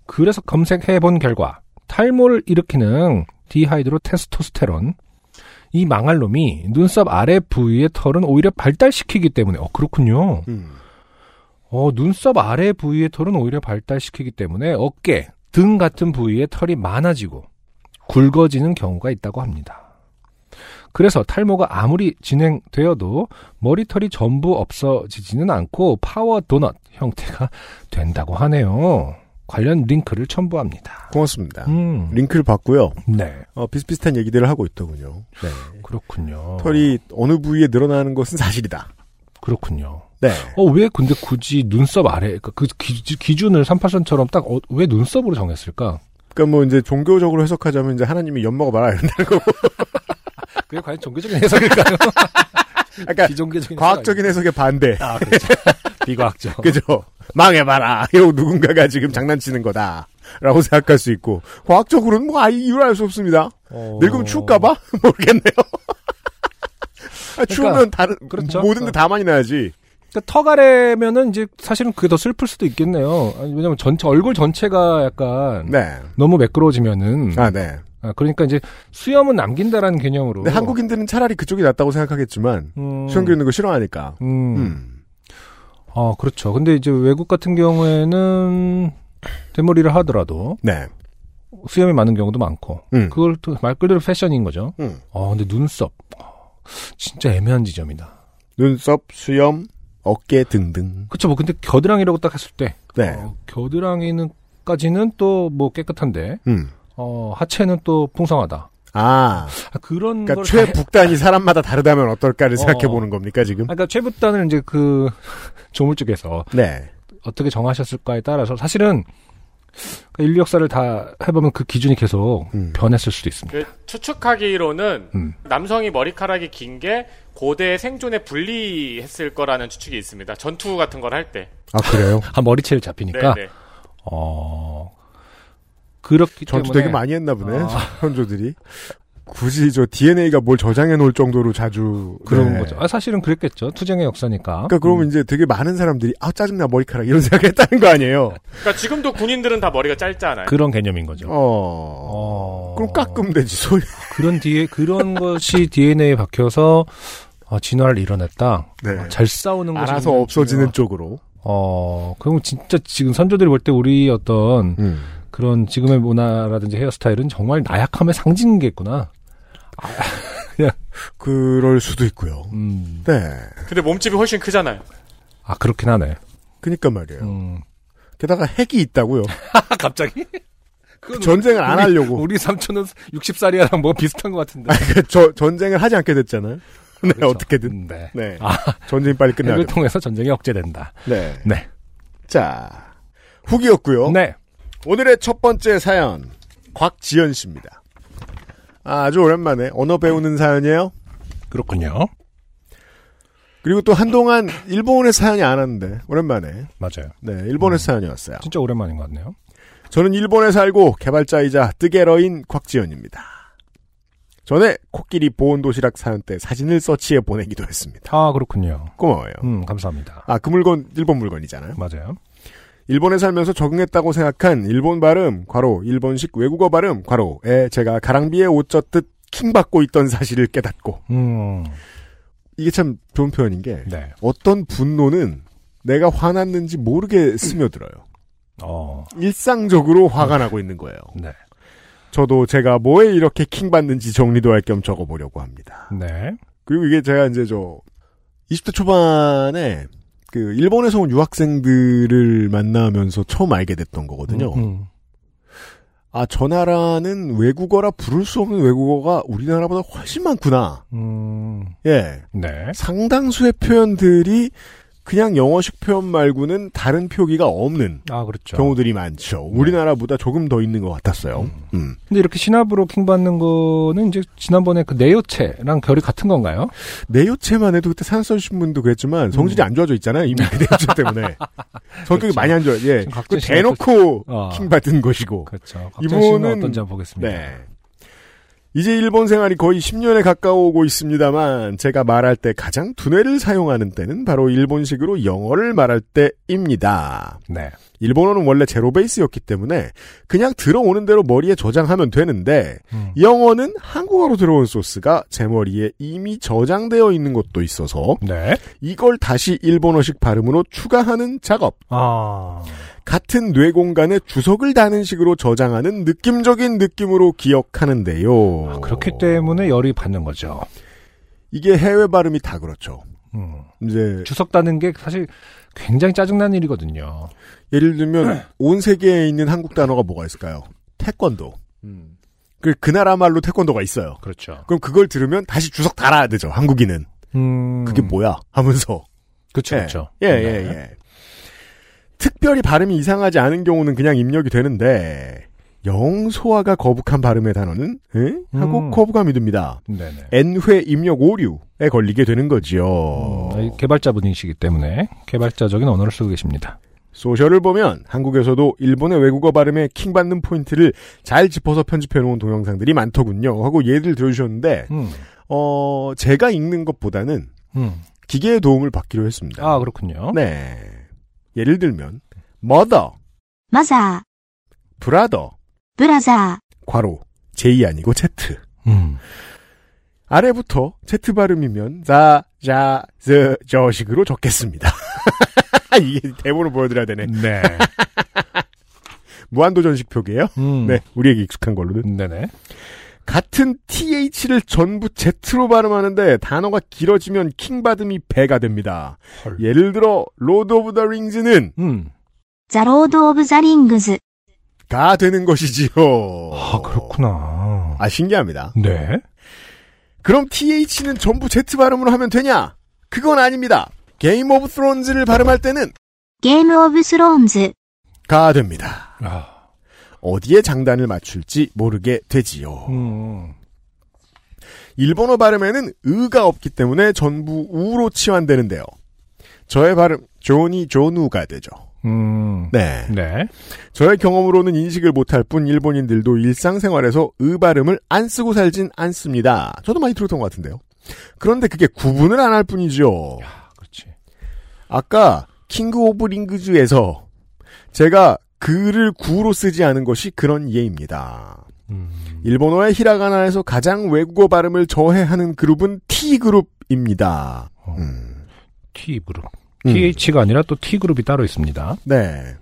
그래서 검색해본 결과 탈모를 일으키는 디하이드로 테스토스테론 이 망할 놈이 눈썹 아래 부위의 털은 오히려 발달시키기 때문에 어 그렇군요. 음. 어, 눈썹 아래 부위의 털은 오히려 발달시키기 때문에 어깨, 등 같은 부위의 털이 많아지고 굵어지는 경우가 있다고 합니다. 그래서 탈모가 아무리 진행되어도 머리털이 전부 없어지지는 않고 파워 도넛 형태가 된다고 하네요. 관련 링크를 첨부합니다. 고맙습니다. 음, 링크를 봤고요. 네, 어, 비슷비슷한 얘기들을 하고 있더군요. 네, 그렇군요. 털이 어느 부위에 늘어나는 것은 사실이다. 그렇군요. 네. 어, 왜 근데 굳이 눈썹 아래, 그 기- 기준을 38선처럼 딱, 어, 왜 눈썹으로 정했을까? 그러니까 뭐 이제 종교적으로 해석하자면 이제 하나님이 엿먹어 봐라 이런다. 그게 과연 종교적인 해석일까요? 그러니까 비종교적인 과학적인 해석의 반대. 아, 그렇죠. 비과학적. 그죠? 망해봐라. 이러고 누군가가 지금 장난치는 거다. 라고 생각할 수 있고 과학적으로는 뭐 아예 이유를 알 수 없습니다. 어... 늙으면 추울까봐 모르겠네요. 아, 추우면 다른 그러니까 그렇죠. 모든 데 다 많이 나야지. 그러니까 턱 아래면은 이제 사실은 그게 더 슬플 수도 있겠네요. 아니, 왜냐면 전체 얼굴 전체가 약간 네. 너무 매끄러워지면은 아, 네. 아, 그러니까 이제 수염은 남긴다라는 개념으로 근데 네, 한국인들은 차라리 그쪽이 낫다고 생각하겠지만 음, 수염 기르는 거 싫어하니까. 음. 음. 아 그렇죠. 근데 이제 외국 같은 경우에는 대머리를 하더라도 네. 수염이 많은 경우도 많고 음. 그걸 또 말 그대로 패션인 거죠. 음. 아 근데 눈썹 어, 진짜 애매한 지점이다. 눈썹, 수염, 어깨 등등. 그렇죠. 뭐 근데 겨드랑이라고 딱 했을 때 네. 어, 겨드랑이는까지는 또 뭐 깨끗한데 음. 어, 하체는 또 풍성하다. 아. 아, 그런 그러니까 걸 다- 최북단이 사람마다 다르다면 어떨까를 어. 생각해 보는 겁니까 지금? 아, 그러니까 최북단을 이제 그 조물 쪽에서 네. 어떻게 정하셨을까에 따라서 사실은 그 인류 역사를 다 해보면 그 기준이 계속 음. 변했을 수도 있습니다. 그 추측하기로는 음. 남성이 머리카락이 긴 게 고대 생존에 불리했을 거라는 추측이 있습니다. 전투 같은 걸 할 때. 아 그래요? 아 머리채를 잡히니까 네, 네. 어 그렇기 전투 때문에 되게 많이 했나 보네. 아. 선조들이. 굳이 저 DNA가 뭘 저장해 놓을 정도로 자주 그런 네. 거죠. 음. 아 사실은 그랬겠죠. 투쟁의 역사니까. 그러니까 그러면 이제 되게 많은 사람들이 아 짜증나 머리카락 이런 생각했다는 거 아니에요? 그러니까 지금도 군인들은 다 머리가 짧잖아요. 런 개념인 거죠. 어. 어. 그럼 깎으면 되지 소위. 그런 뒤에 그런 것이 DNA에 박혀서 아, 진화를 이뤄냈다. 네. 아, 잘 싸우는 것이 알아서 굉장히 없어지는 중요하- 쪽으로. 어, 그럼 진짜 지금 선조들이 볼 때 우리 음. 어떤 그런 지금의 문화라든지 헤어스타일은 정말 나약함의 상징이겠구나. 그럴 수도 있고요. 음, 네. 근데 몸집이 훨씬 크잖아요. 아 그렇긴 하네. 그니까 말이에요. 음. 게다가 핵이 있다고요. 아 갑자기? 그건 전쟁을 안 하려고. 우리 삼촌은 60살이랑 뭐 비슷한 것 같은데. 그 저 전쟁을 하지 않게 됐잖아요. 네, 어떻게든. 음, 네. 네. 아, 전쟁이 빨리 끝나야 핵을 돼. 통해서 전쟁이 억제된다. 네. 네. 자. 후기였고요. 네. 오늘의 첫 번째 사연. 곽지연 씨입니다. 아, 아주 오랜만에 언어 배우는 사연이에요. 그렇군요. 그리고 또 한동안 일본의 사연이 안 왔는데 오랜만에 맞아요. 네, 음. 일본의 사연이 왔어요. 진짜 오랜만인 것 같네요. 저는 일본에 살고 개발자이자 뜨개러인 곽지연입니다. 전에 코끼리 보온 도시락 사연 때 사진을 서치해 보내기도 했습니다. 아 그렇군요. 고마워요. 음 감사합니다. 아, 그 물건 일본 물건이잖아요. 맞아요. 일본에 살면서 적응했다고 생각한 일본 발음, 과로, 일본식 외국어 발음, 과로에 제가 가랑비에 옷 젖듯 스킹받고 있던 사실을 깨닫고 음, 이게 참 좋은 표현인 게 네. 어떤 분노는 내가 화났는지 모르게 스며들어요. 어, 일상적으로 화가 나고 있는 거예요. 네. 저도 제가 뭐에 이렇게 킹받는지 정리도 할 겸 적어보려고 합니다. 네. 그리고 이게 제가 이제 저 20대 초반에 그 일본에서 온 유학생들을 만나면서 처음 알게 됐던 거거든요. 음, 아, 저 나라는 외국어라 부를 수 없는 외국어가 우리나라보다 훨씬 많구나. 음, 예. 네. 상당수의 표현들이 그냥 영어식 표현 말고는 다른 표기가 없는 아, 그렇죠. 경우들이 많죠. 우리나라보다 조금 더 있는 것 같았어요. 음. 근데 이렇게 신압으로 킹받는 거는 이제 지난번에 그 내요체랑 결이 같은 건가요? 내요체만 해도 그때 음. 산설신문도 그랬지만 성질이 안 좋아져 있잖아요. 이미 그 내요체 때문에. 성격이 그렇죠. 많이 안 좋아요. 예. 지금 그 각종 대놓고 아. 킹받은 것이고. 그렇죠. 각종 씨는 이분은- 어떤지 한번 보겠습니다. 네. 이제 일본 생활이 거의 10년에 가까워오고 있습니다만 제가 말할 때 가장 두뇌를 사용하는 때는 바로 일본식으로 영어를 말할 때입니다. 네. 일본어는 원래 제로 베이스였기 때문에 그냥 들어오는 대로 머리에 저장하면 되는데 음. 영어는 한국어로 들어온 소스가 제 머리에 이미 저장되어 있는 것도 있어서 네. 이걸 다시 일본어식 발음으로 추가하는 작업 아. 같은 뇌 공간에 주석을 다는 식으로 저장하는 느낌적인 느낌으로 기억하는데요. 아, 그렇기 때문에 열이 받는 거죠. 이게 해외 발음이 다 그렇죠. 음. 이제 주석 따는 게 사실 굉장히 짜증나는 일이거든요. 예를 들면 온 세계에 있는 한국 단어가 뭐가 있을까요? 태권도. 음. 그, 그 나라 말로 태권도가 있어요. 그렇죠. 그럼 그걸 들으면 다시 주석 달아야 되죠. 한국인은 음. 그게 뭐야 하면서. 그렇죠. 예. 그렇죠. 예, 예, 네. 예. 특별히 발음이 이상하지 않은 경우는 그냥 입력이 되는데 영소화가 거북한 발음의 단어는 에? 하고 음. 거부감이 듭니다. 네네. N회 입력 오류에 걸리게 되는 거지요. 음, 이 개발자분이시기 때문에 개발자적인 언어를 쓰고 계십니다. 소셜을 보면 한국에서도 일본의 외국어 발음에 킹받는 포인트를 잘 짚어서 편집해놓은 동영상들이 많더군요. 하고 예를 들어주셨는데 음. 어 제가 읽는 것보다는 음. 기계의 도움을 받기로 했습니다. 아, 그렇군요. 네. 예를 들면 mother, マザ brother, ー、ブラザ 괄호 J 아니고 Z 음. 아래부터 Z 발음이면 자, 자, 저, 저 식으로 적겠습니다. 이게 대본을 보여드려야 되네. 네. 무한도전식 표기예요. 음. 네, 우리에게 익숙한 걸로는. 네네. 같은 TH를 전부 Z로 발음하는데 단어가 길어지면 킹받음이 배가 됩니다. 헐. 예를 들어 로드 오브 더 링즈는 음. ザ・ロード・オブ・ザ・リングズ。 가 되는 것이지요. 아, 그렇구나. 아, 신기합니다. 네. 그럼 TH는 전부 Z 발음으로 하면 되냐? 그건 아닙니다. 게임 오브 스론즈를 발음할 때는 ゲーム・オブ・スローンズ。 가 됩니다. 아. 어디에 장단을 맞출지 모르게 되지요. 음. 일본어 발음에는 으가 없기 때문에 전부 우로 치환되는데요. 저의 발음 조니 조누가 되죠. 음. 네. 네. 저의 경험으로는 인식을 못할 뿐 일본인들도 일상생활에서 으 발음을 안 쓰고 살진 않습니다. 저도 많이 들었던 것 같은데요. 그런데 그게 구분을 안 할 뿐이죠. 야, 아, 그렇지. 아까 킹그 오브 링그즈에서 제가 그를 구로 쓰지 않은 것이 그런 예입니다. 음. 일본어의 히라가나에서 가장 외국어 발음을 저해하는 그룹은 T 그룹입니다. 음, T 그룹. 음. TH가 아니라 또 T 그룹이 따로 있습니다. 네.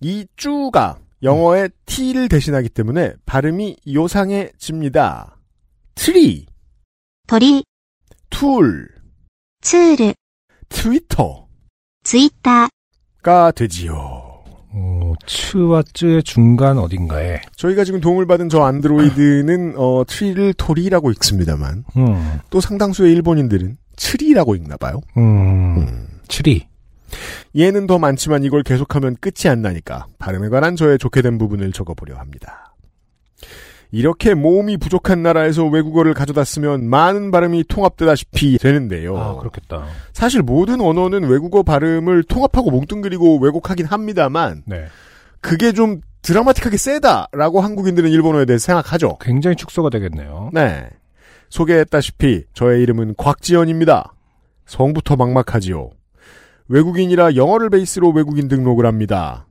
이 쭈가 영어의 T를 대신하기 때문에 발음이 요상해집니다. 트리, 鳥、 툴, ツール、 트위터가 ツイッター、 되지요. 어, 츠와 쯔의 중간 어딘가에. 저희가 지금 도움을 받은 저 안드로이드는 어, 트리를 토리라고 읽습니다만 음. 또 상당수의 일본인들은 트리라고 읽나 봐요. 음. 음. 츠리. 예는 더 많지만 이걸 계속하면 끝이 안 나니까 발음에 관한 저의 좋게 된 부분을 적어보려 합니다. 이렇게 모음이 부족한 나라에서 외국어를 가져다 쓰면 많은 발음이 통합되다시피 되는데요. 아, 그렇겠다. 사실 모든 언어는 외국어 발음을 통합하고 뭉뚱그리고 왜곡하긴 합니다만 네. 그게 좀 드라마틱하게 세다라고 한국인들은 일본어에 대해 생각하죠. 굉장히 축소가 되겠네요. 네. 소개했다시피 저의 이름은 곽지연입니다. 성부터 막막하지요. 외국인이라 영어를 베이스로 외국인 등록을 합니다.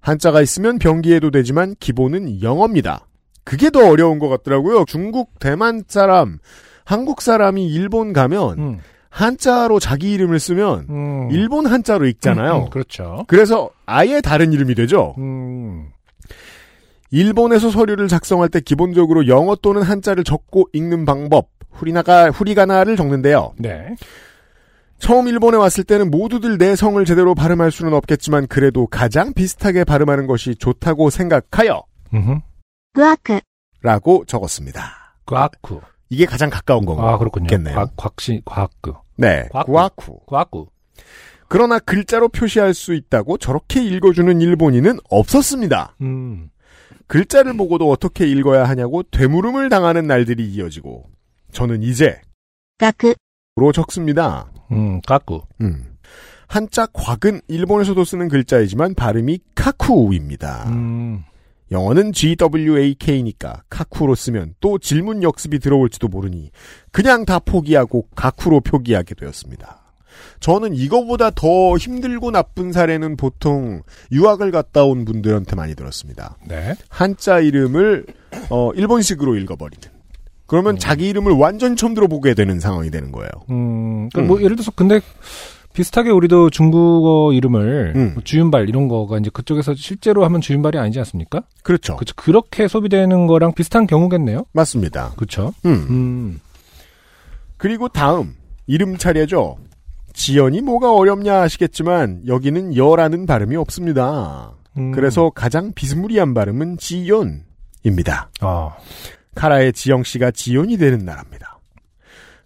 한자가 있으면 병기해도 되지만 기본은 영어입니다. 그게 더 어려운 것 같더라고요. 중국, 대만 사람, 한국 사람이 일본 가면 음, 한자로 자기 이름을 쓰면 음. 일본 한자로 읽잖아요. 음, 음, 그렇죠. 그래서 아예 다른 이름이 되죠. 음, 일본에서 서류를 작성할 때 기본적으로 영어 또는 한자를 적고 읽는 방법, 후리나가 후리가나를 적는데요. 네. 처음 일본에 왔을 때는 모두들 내 성을 제대로 발음할 수는 없겠지만 그래도 가장 비슷하게 발음하는 것이 좋다고 생각하여 음흠. 구아크, 라고 적었습니다. 과쿠. 이게 가장 가까운 아, 건가요? 그렇군요. 있겠네요. 과, 곽시, 과쿠. 네, 과쿠. 구아쿠. 과쿠. 그러나 글자로 표시할 수 있다고 저렇게 읽어주는 일본인은 없었습니다. 음, 글자를 보고도 어떻게 읽어야 하냐고 되물음을 당하는 날들이 이어지고 저는 이제 가크, 로 적습니다. 음, 과쿠. 음. 한자 곽은 일본에서도 쓰는 글자이지만 발음이 카쿠입니다. 음, 영어는 GWAK니까 카쿠로 쓰면 또 질문 역습이 들어올지도 모르니 그냥 다 포기하고 가쿠로 표기하게 되었습니다. 저는 이거보다 더 힘들고 나쁜 사례는 보통 유학을 갔다 온 분들한테 많이 들었습니다. 네. 한자 이름을 어, 일본식으로 읽어버리는. 그러면 자기 이름을 완전 처음 들어보게 되는 상황이 되는 거예요. 음, 그러니까 뭐, 예를 들어서, 근데, 비슷하게 우리도 중국어 이름을, 음. 뭐 주윤발 이런 거가 이제 그쪽에서 실제로 하면 주윤발이 아니지 않습니까? 그렇죠. 그쵸. 그렇게 소비되는 거랑 비슷한 경우겠네요? 맞습니다. 그쵸. 음. 음, 그리고 다음 이름 차례죠. 지연이 뭐가 어렵냐 하시겠지만 여기는 여라는 발음이 없습니다. 음. 그래서 가장 비스무리한 발음은 지연입니다. 아, 카라의 지영 씨가 지연이 되는 나라입니다.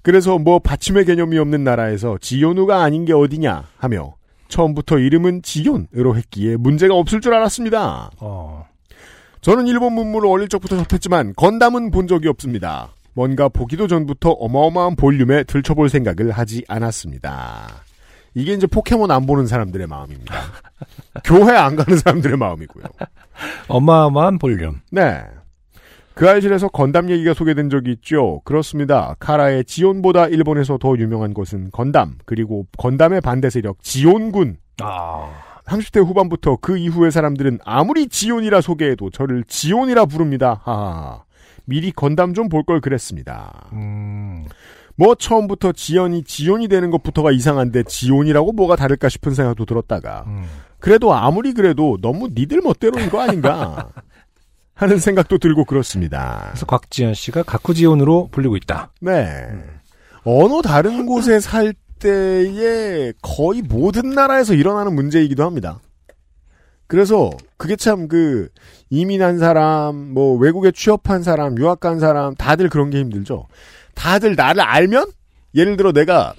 그래서 뭐 받침의 개념이 없는 나라에서 지연우가 아닌 게 어디냐 하며 처음부터 이름은 지연으로 했기에 문제가 없을 줄 알았습니다. 어, 저는 일본 문물을 어릴 적부터 접했지만 건담은 본 적이 없습니다. 뭔가 보기도 전부터 어마어마한 볼륨에 들춰볼 생각을 하지 않았습니다. 이게 이제 포켓몬 안 보는 사람들의 마음입니다. 교회 안 가는 사람들의 마음이고요. 어마어마한 볼륨. 네. 그 알실에서 건담 얘기가 소개된 적이 있죠. 그렇습니다. 카라의 지온보다 일본에서 더 유명한 것은 건담, 그리고 건담의 반대 세력 지온군 아, 30대 후반부터 그 이후의 사람들은 아무리 지온이라 소개해도 저를 지온이라 부릅니다. 하하. 미리 건담 좀 볼 걸 그랬습니다. 음, 뭐 처음부터 지연이 지온이 되는 것부터가 이상한데 지온이라고 뭐가 다를까 싶은 생각도 들었다가 음. 그래도 아무리 그래도 너무 니들 멋대로인 거 아닌가 하는 생각도 들고 그렇습니다. 그래서 곽지연 씨가 가쿠지온으로 불리고 있다. 네. 언어 다른 곳에 살 때에 거의 모든 나라에서 일어나는 문제이기도 합니다. 그래서 그게 참 그 이민한 사람, 뭐 외국에 취업한 사람, 유학 간 사람 다들 그런 게 힘들죠. 다들 나를 알면 예를 들어 내가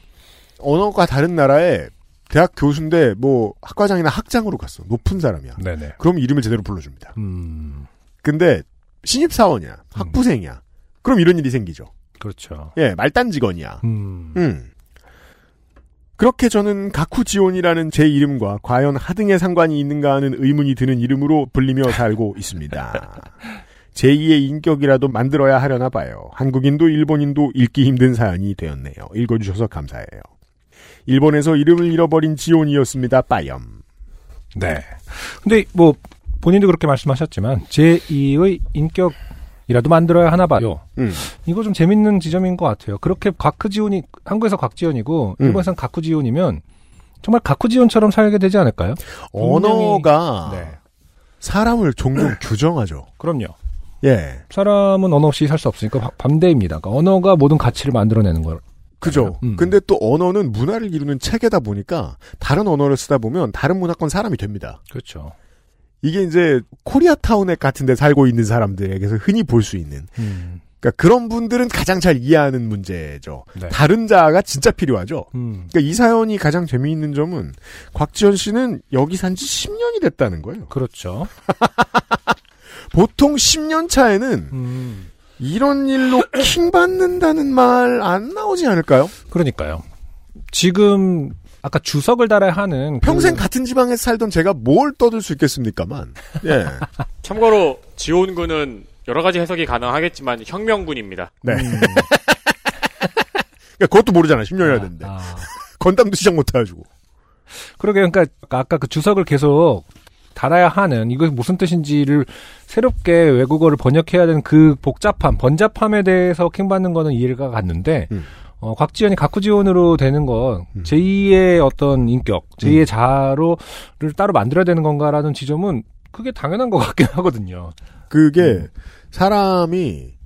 언어가 다른 나라에 대학 교수인데 뭐 학과장이나 학장으로 갔어. 높은 사람이야. 네네. 그럼 이름을 제대로 불러줍니다. 음, 근데 신입사원이야. 학부생이야. 그럼 이런 일이 생기죠. 그렇죠. 예, 말단 직원이야. 음, 음. 그렇게 저는 가쿠지온이라는 제 이름과 과연 하등의 상관이 있는가 하는 의문이 드는 이름으로 불리며 살고 있습니다. 제2의 인격이라도 만들어야 하려나 봐요. 한국인도 일본인도 읽기 힘든 사연이 되었네요. 읽어주셔서 감사해요. 일본에서 이름을 잃어버린 지온이었습니다. 빠염. 네. 근데 뭐, 본인도 그렇게 말씀하셨지만, 제2의 인격이라도 만들어야 하나 봐요. 음. 이거 좀 재밌는 지점인 것 같아요. 그렇게 곽지온이, 한국에서 곽지온이고, 음. 일본에선 가쿠지온이면, 정말 가쿠지온처럼 살게 되지 않을까요? 언어가 네. 사람을 종종 규정하죠. 그럼요. 예. 사람은 언어 없이 살 수 없으니까 바- 반대입니다. 그러니까 언어가 모든 가치를 만들어내는 걸. 그죠. 음. 근데 또 언어는 문화를 이루는 체계다 보니까 다른 언어를 쓰다 보면 다른 문화권 사람이 됩니다. 그렇죠. 이게 이제 코리아타운에 같은 데 살고 있는 사람들에게서 흔히 볼 수 있는. 음. 그러니까 그런 분들은 가장 잘 이해하는 문제죠. 네. 다른 자아가 진짜 필요하죠. 음. 그러니까 이 사연이 가장 재미있는 점은 곽지연 씨는 여기 산 지 10년이 됐다는 거예요. 그렇죠. 보통 10년 차에는 음. 이런 일로 킹 받는다는 말 안 나오지 않을까요? 그러니까요. 지금 아까 주석을 달아야 하는 평생 그, 같은 지방에서 살던 제가 뭘 떠들 수 있겠습니까만. 예. 참고로 지온군은 여러 가지 해석이 가능하겠지만 혁명군입니다. 네. 그러니까 그것도 모르잖아. 10년이나 됐는데. 음. 아, 아. 건담도 시작 못 해가지고. 그러게 그러니까 아까 그 주석을 계속 달아야 하는 이것이 무슨 뜻인지를 새롭게 외국어를 번역해야 되는 그 복잡함, 번잡함에 대해서 킹받는 거는 이해가 갔는데 음. 어, 곽지연이 가쿠지온으로 되는 건 음. 제2의 어떤 인격, 제2의 자아로를 따로 만들어야 되는 건가라는 지점은 그게 당연한 것 같긴 하거든요. 음. 그게 사람이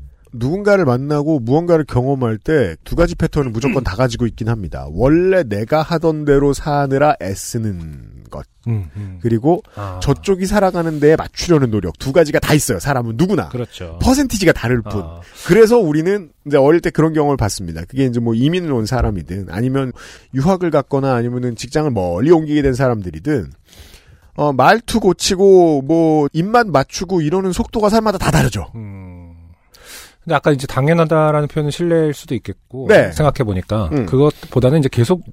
누군가를 만나고 무언가를 경험할 때 두 가지 패턴을 무조건 다 가지고 있긴 합니다. 원래 내가 하던 대로 사느라 애쓰는 것. 음, 음. 그리고 아, 저쪽이 살아가는 데에 맞추려는 노력. 두 가지가 다 있어요. 사람은 누구나. 그렇죠. 퍼센티지가 다를 뿐. 아, 그래서 우리는 이제 어릴 때 그런 경험을 봤습니다. 그게 이제 뭐 이민을 온 사람이든 아니면 유학을 갔거나 아니면은 직장을 멀리 옮기게 된 사람들이든 어, 말투 고치고 뭐 입맛 맞추고 이러는 속도가 사람마다 다 다르죠. 음. 근데 아까 이제 당연하다라는 표현은 실례일 수도 있겠고 네. 생각해 보니까 음. 그것보다는 이제 계속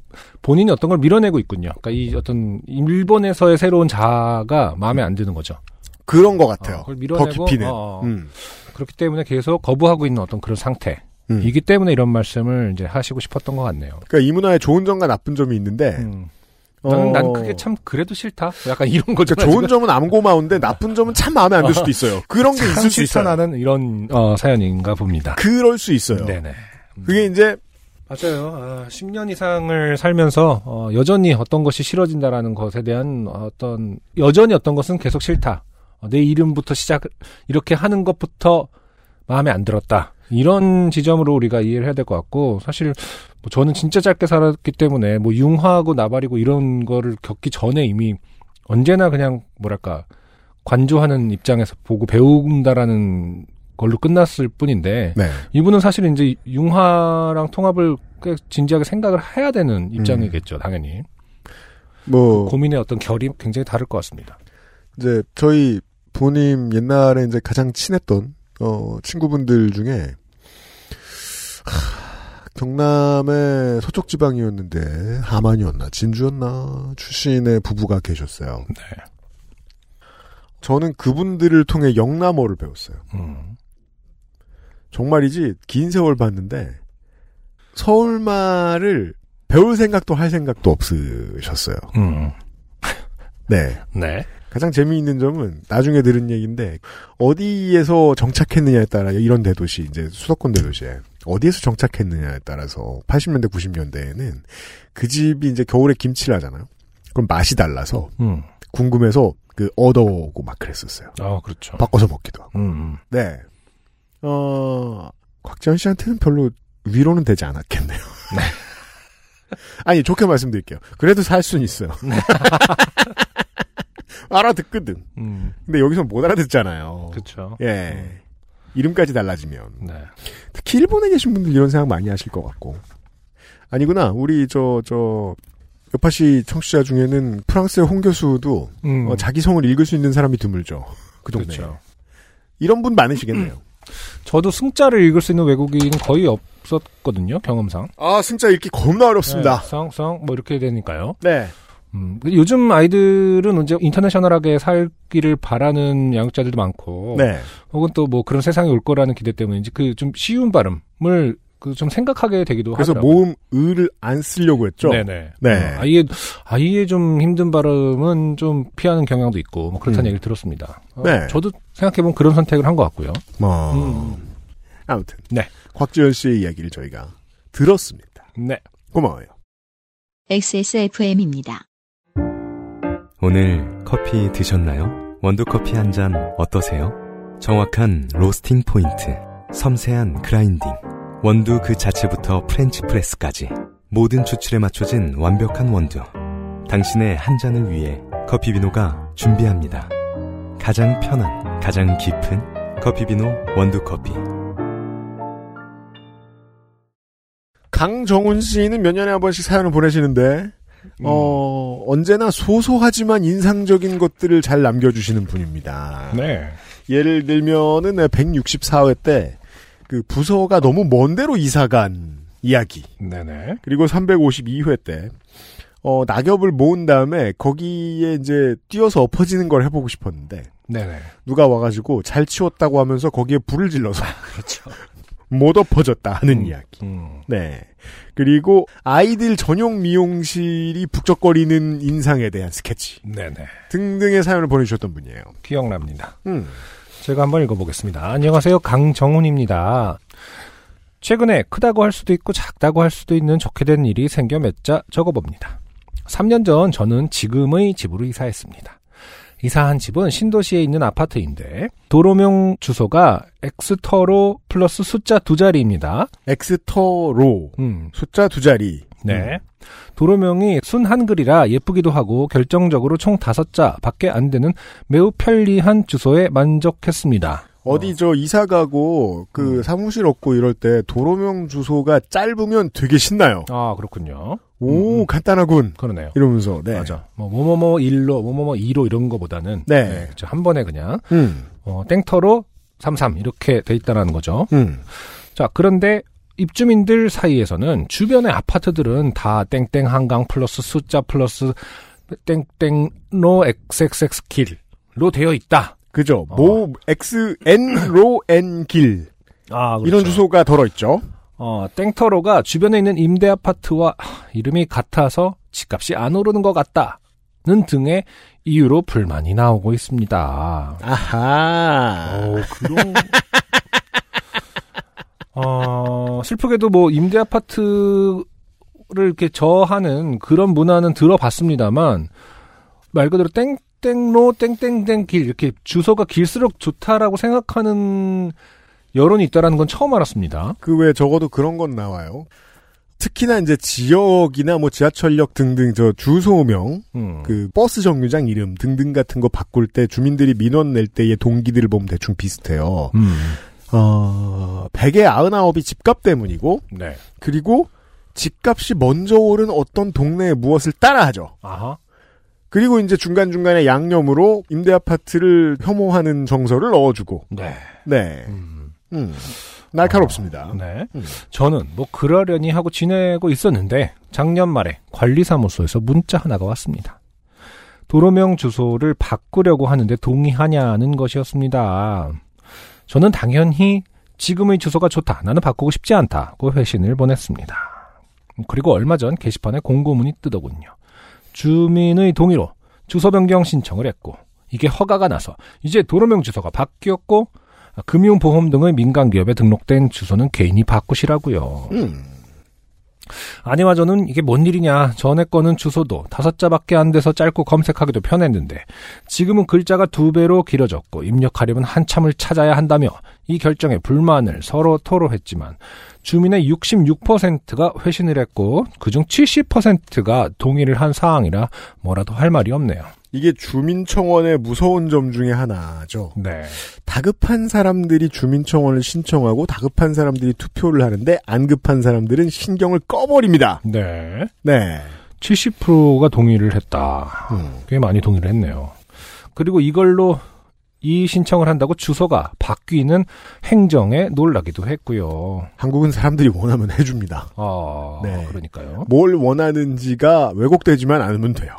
본인이 어떤 걸 밀어내고 있군요. 그러니까 이 어떤 일본에서의 새로운 자아가 마음에 안 드는 거죠. 그런 것 같아요. 어, 그걸 더 밀어내고, 깊이는. 어, 어. 음. 그렇기 때문에 계속 거부하고 있는 어떤 그런 상태. 음. 이기 때문에 이런 말씀을 이제 하시고 싶었던 것 같네요. 그러니까 이 문화의 좋은 점과 나쁜 점이 있는데 어. 음. 나는 난 그게 참 그래도 싫다. 약간 이런 거죠. 그러니까 좋은 점은 안 고마운데 나쁜 점은 참 마음에 안 들 수도 있어요. 그런 게 있을 수 있어요. 실천하는 이런 어, 사연인가 봅니다. 그럴 수 있어요. 네네. 그게 이제 맞아요. 10년 이상을 살면서 어, 여전히 어떤 것이 싫어진다라는 것에 대한 어떤 여전히 어떤 것은 계속 싫다. 어, 내 이름부터 시작 이렇게 하는 것부터 마음에 안 들었다. 이런 지점으로 우리가 이해를 해야 될 것 같고 사실 뭐 저는 진짜 짧게 살았기 때문에 뭐 융화하고 나발이고 이런 거를 겪기 전에 이미 언제나 그냥 뭐랄까 관조하는 입장에서 보고 배운다라는 걸로 끝났을 뿐인데 네. 이분은 사실 이제 융화랑 통합을 꽤 진지하게 생각을 해야 음. 되는 입장이겠죠, 당연히. 뭐 고민의 어떤 결이 굉장히 다를 것 같습니다. 이제 저희 부모님 옛날에 이제 가장 친했던 어 친구분들 중에 하, 경남의 서쪽 지방이었는데 함안이었나 진주였나 출신의 부부가 계셨어요. 네. 저는 그분들을 통해 영남어를 배웠어요. 음. 정말이지 긴 세월 봤는데 서울 말을 배울 생각도 할 생각도 없으셨어요. 음. 네. 네. 가장 재미있는 점은 나중에 들은 얘기인데 어디에서 정착했느냐에 따라 이런 대도시 이제 수도권 대도시에 어디에서 정착했느냐에 따라서 80년대 90년대에는 그 집이 이제 겨울에 김치를 하잖아요. 그럼 맛이 달라서 음. 궁금해서 그 얻어오고 막 그랬었어요. 아, 그렇죠. 바꿔서 먹기도 하고. 음. 네. 어 곽지현 씨한테는 별로 위로는 되지 않았겠네요. 아니 좋게 말씀드릴게요. 그래도 살 순 있어요. 알아듣거든. 음. 근데 여기서 못 알아듣잖아요. 그렇죠. 예. 이름까지 달라지면. 네. 특히 일본에 계신 분들 이런 생각 많이 하실 것 같고. 아니구나. 우리 저, 저, 여파시 청취자 중에는 프랑스의 홍 교수도 음. 어, 자기 성을 읽을 수 있는 사람이 드물죠. 그 동네에. 그렇죠. 이런 분 많으시겠네요. 저도 승자를 읽을 수 있는 외국인은 거의 없었거든요, 경험상. 아, 승자 읽기 겁나 어렵습니다. 네, 성, 성, 뭐 이렇게 되니까요. 네. 음, 근데 요즘 아이들은 이제 인터내셔널하게 살기를 바라는 양육자들도 많고, 네. 혹은 또 뭐 그런 세상이 올 거라는 기대 때문인지 그 좀 쉬운 발음을 그 좀 생각하게 되기도 그래서 하더라고요. 모음 을을 안 쓰려고 했죠. 네네. 네. 어, 아예 아예 좀 힘든 발음은 좀 피하는 경향도 있고 뭐 그렇다는 음. 얘기를 들었습니다. 어, 네. 저도 생각해 보면 그런 선택을 한 것 같고요. 뭐. 아무튼. 네. 곽지연 씨의 이야기를 저희가 들었습니다. 네. 고마워요. XSFM입니다. 오늘 커피 드셨나요? 원두커피 한 잔 어떠세요? 정확한 로스팅 포인트, 섬세한 그라인딩, 원두 그 자체부터 프렌치 프레스까지 모든 추출에 맞춰진 완벽한 원두. 당신의 한 잔을 위해 커피비노가 준비합니다. 가장 편한, 가장 깊은 커피비노 원두커피. 강정훈 씨는 몇 년에 한 번씩 사연을 보내시는데 음. 어, 언제나 소소하지만 인상적인 것들을 잘 남겨주시는 분입니다. 네. 예를 들면은 164회 때 그 부서가 너무 먼 데로 이사간 이야기 네네. 그리고 352회 때 어, 낙엽을 모은 다음에 거기에 이제 뛰어서 엎어지는 걸 해보고 싶었는데 네네. 그렇죠. 누가 와가지고 잘 치웠다고 하면서 거기에 불을 질러서 못 엎어졌다 하는 음. 이야기. 음. 네. 그리고 아이들 전용 미용실이 북적거리는 인상에 대한 스케치 네네. 등등의 사연을 보내주셨던 분이에요. 기억납니다. 음. 제가 한번 읽어보겠습니다. 안녕하세요. 강정훈입니다. 최근에 크다고 할 수도 있고 작다고 할 수도 있는 좋게 된 일이 생겨 몇 자 적어봅니다. 3년 전 저는 지금의 집으로 이사했습니다. 이사한 집은 신도시에 있는 아파트인데 도로명 주소가 엑스터로 플러스 숫자 두 자리입니다. 엑스터로 음, 숫자 두 자리. 음. 네. 도로명이 순 한글이라 예쁘기도 하고 결정적으로 총 다섯 자밖에 안 되는 매우 편리한 주소에 만족했습니다. 어디 저 이사 가고 음. 그 사무실 얻고 이럴 때 도로명 주소가 짧으면 되게 신나요. 아 그렇군요. 오 간단하군 그러네요. 이러면서 네. 음, 맞아. 뭐 뭐뭐뭐 일로 뭐뭐뭐 이로 이런 거보다는 네. 그렇죠. 한 번에 그냥 음. 어, 땡터로 33 이렇게 돼 있다라는 거죠. 음. 자 그런데 입주민들 사이에서는 주변의 아파트들은 다 땡땡 한강 플러스 숫자 플러스 땡땡로 xxx 길로 되어 있다. 그죠. 어. 모 X N로 N 길 아 이런 주소가 덜어 있죠. 어, 땡터로가 주변에 있는 임대 아파트와 하, 이름이 같아서 집값이 안 오르는 것 같다는 등의 이유로 불만이 나오고 있습니다. 아하. 그런. 어, 슬프게도 뭐 임대 아파트를 이렇게 저하는 그런 문화는 들어봤습니다만 말 그대로 땡땡로 땡땡땡 길 이렇게 주소가 길수록 좋다라고 생각하는 여론이 있다라는 건 처음 알았습니다. 그 외 적어도 그런 건 나와요. 특히나 이제 지역이나 뭐 지하철역 등등 저 주소명, 음. 그 버스 정류장 이름 등등 같은 거 바꿀 때 주민들이 민원 낼 때의 동기들을 보면 대충 비슷해요. 음. 어, 100의 99이 집값 때문이고 네. 그리고 집값이 먼저 오른 어떤 동네에 무엇을 따라하죠. 아하. 그리고 이제 중간중간에 양념으로 임대 아파트를 혐오하는 정서를 넣어주고. 네. 네. 음. 날카롭습니다. 네. 음. 저는 뭐 그러려니 하고 지내고 있었는데 작년 말에 관리사무소에서 문자 하나가 왔습니다. 도로명 주소를 바꾸려고 하는데 동의하냐는 것이었습니다. 저는 당연히 지금의 주소가 좋다. 나는 바꾸고 싶지 않다고 회신을 보냈습니다. 그리고 얼마 전 게시판에 공고문이 뜨더군요. 주민의 동의로 주소 변경 신청을 했고 이게 허가가 나서 이제 도로명 주소가 바뀌었고 금융보험 등의 민간기업에 등록된 주소는 개인이 바꾸시라고요. 음. 아니와 저는 이게 뭔 일이냐. 전에 거는 주소도 다섯 자밖에 안 돼서 짧고 검색하기도 편했는데 지금은 글자가 두 배로 길어졌고 입력하려면 한참을 찾아야 한다며 이 결정에 불만을 서로 토로했지만 주민의 66%가 회신을 했고 그중 70%가 동의를 한 사항이라 뭐라도 할 말이 없네요. 이게 주민청원의 무서운 점 중에 하나죠. 네. 다급한 사람들이 주민청원을 신청하고 다급한 사람들이 투표를 하는데 안 급한 사람들은 신경을 꺼버립니다. 네. 네. 70%가 동의를 했다. 음. 꽤 많이 동의를 했네요. 그리고 이걸로 이 신청을 한다고 주소가 바뀌는 행정에 놀라기도 했고요. 한국은 사람들이 원하면 해줍니다. 아, 네. 그러니까요. 뭘 원하는지가 왜곡되지만 않으면 돼요.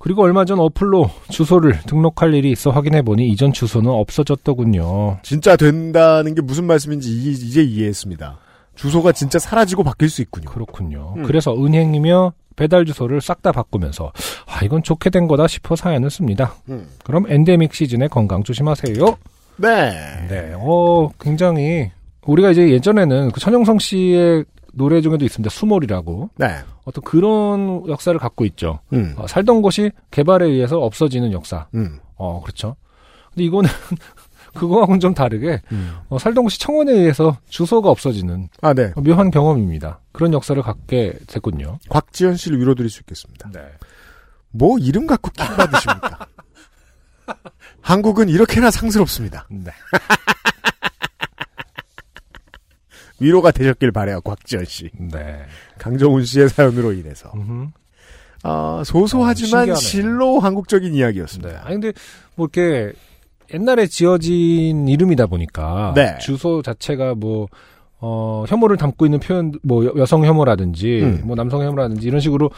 그리고 얼마 전 어플로 주소를 등록할 일이 있어 확인해 보니 이전 주소는 없어졌더군요. 진짜 된다는 게 무슨 말씀인지 이- 이제 이해했습니다. 주소가 진짜 사라지고 바뀔 수 있군요. 그렇군요. 음. 그래서 은행이며 배달 주소를 싹 다 바꾸면서 아 이건 좋게 된 거다 싶어 사연을 씁니다. 음. 그럼 엔데믹 시즌에 건강 조심하세요. 네. 네, 어, 굉장히, 우리가 이제 예전에는 그 천영성 씨의 노래 중에도 있습니다. 수몰이라고. 네. 어떤 그런 역사를 갖고 있죠. 음. 어, 살던 곳이 개발에 의해서 없어지는 역사. 음. 어, 그렇죠. 근데 이거는 그거하고는 좀 다르게, 음. 어, 살던 곳이 청원에 의해서 주소가 없어지는 아, 네. 묘한 경험입니다. 그런 역사를 갖게 됐군요. 곽지현 씨를 위로드릴 수 있겠습니다. 네. 뭐 이름 갖고 킹 받으십니까? 한국은 이렇게나 상스럽습니다. 네. 위로가 되셨길 바래요, 곽지현 씨. 네. 강정훈 씨의 사연으로 인해서. 음흠. 아, 소소하지만 어, 신기하네. 실로 한국적인 네. 이야기였습니다. 아니 근데 뭐 이렇게 옛날에 지어진 이름이다 보니까 네. 주소 자체가 뭐 어, 혐오를 담고 있는 표현 뭐 여, 성 혐오라든지 음. 뭐 남성 혐오라든지 이런 식으로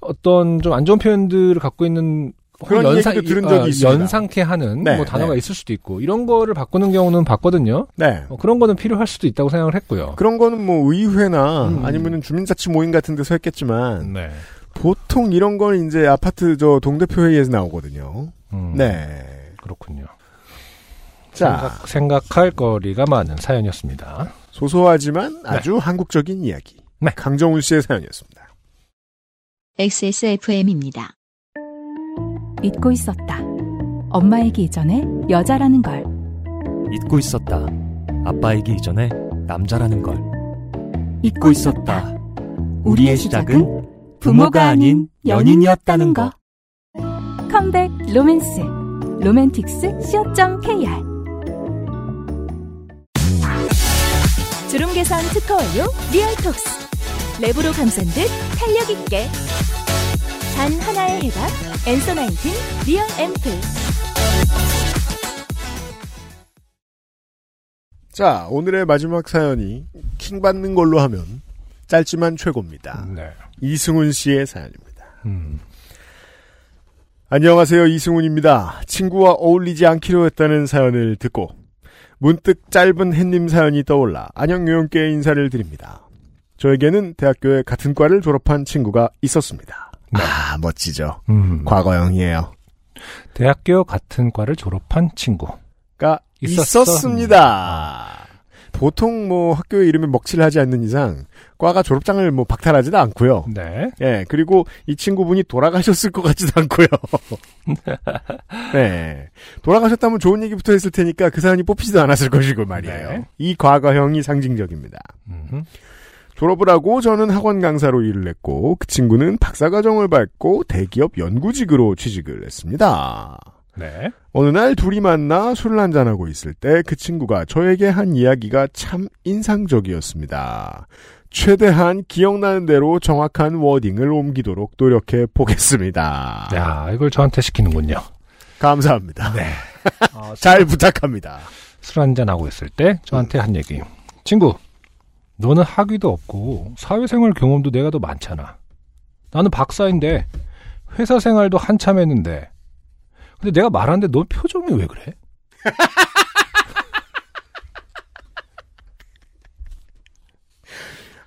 어떤 좀 안 좋은 표현들을 갖고 있는 혹은 그런 얘기도 들은 적이 어, 있습니다. 연상케 하는 네, 뭐 단어가 네. 있을 수도 있고 이런 거를 바꾸는 경우는 봤거든요. 네. 어, 그런 거는 필요할 수도 있다고 생각을 했고요. 그런 거는 뭐 의회나 음. 아니면은 주민자치 모임 같은 데서 했겠지만 네. 보통 이런 건 이제 아파트 저 동대표 회의에서 나오거든요. 음, 네. 그렇군요. 자, 생각, 할 거리가 많은 사연이었습니다. 소소하지만 아주 한국적인 이야기. 네. 강정훈 씨의 사연이었습니다. XSFM입니다. 잊고 있었다. 엄마이기 이전에 여자라는 걸. 잊고 있었다. 아빠이기 이전에 남자라는 걸. 잊고 있었다. 우리의 시작은 부모가 아닌 연인이었다는 거. 컴백 로맨스 로맨틱스 co.kr 주름 개선 특허 완료 리얼톡스 랩으로 감싼 듯 탄력 있게 단 하나의 해답 엔서 나인틴 리얼 앰플 자, 오늘의 마지막 사연이 킹 받는 걸로 하면 짧지만 최고입니다. 네. 이승훈 씨의 사연입니다. 음. 안녕하세요. 이승훈입니다. 친구와 어울리지 않기로 했다는 사연을 듣고 문득 짧은 햇님 사연이 떠올라 안녕요연께 인사를 드립니다. 저에게는 대학교에 같은 과를 졸업한 친구가 있었습니다. 네. 아, 멋지죠. 음. 과거형이에요. 대학교 같은 과를 졸업한 친구. 가 있었어. 음. 있었습니다. 보통 뭐 학교의 이름에 먹칠하지 않는 이상 과가 졸업장을 뭐 박탈하지도 않고요. 네. 예, 그리고 이 친구분이 돌아가셨을 것 같지도 않고요. 네. 돌아가셨다면 좋은 얘기부터 했을 테니까 그 사연이 뽑히지도 않았을 것이고 말이에요. 네. 이 과거형이 상징적입니다. 음. 졸업을 하고 저는 학원 강사로 일을 했고 그 친구는 박사과정을 밟고 대기업 연구직으로 취직을 했습니다. 네. 어느 날 둘이 만나 술을 한잔하고 있을 때 그 친구가 저에게 한 이야기가 참 인상적이었습니다. 최대한 기억나는 대로 정확한 워딩을 옮기도록 노력해 보겠습니다. 야, 이걸 저한테 시키는군요. 네, 감사합니다. 어, 잘 부탁합니다. 술 한잔 하고 있을 때 저한테 한 얘기. 친구, 너는 학위도 없고 사회생활 경험도 내가 더 많잖아. 나는 박사인데 회사 생활도 한참 했는데. 근데 내가 말하는데 너 표정이 왜 그래?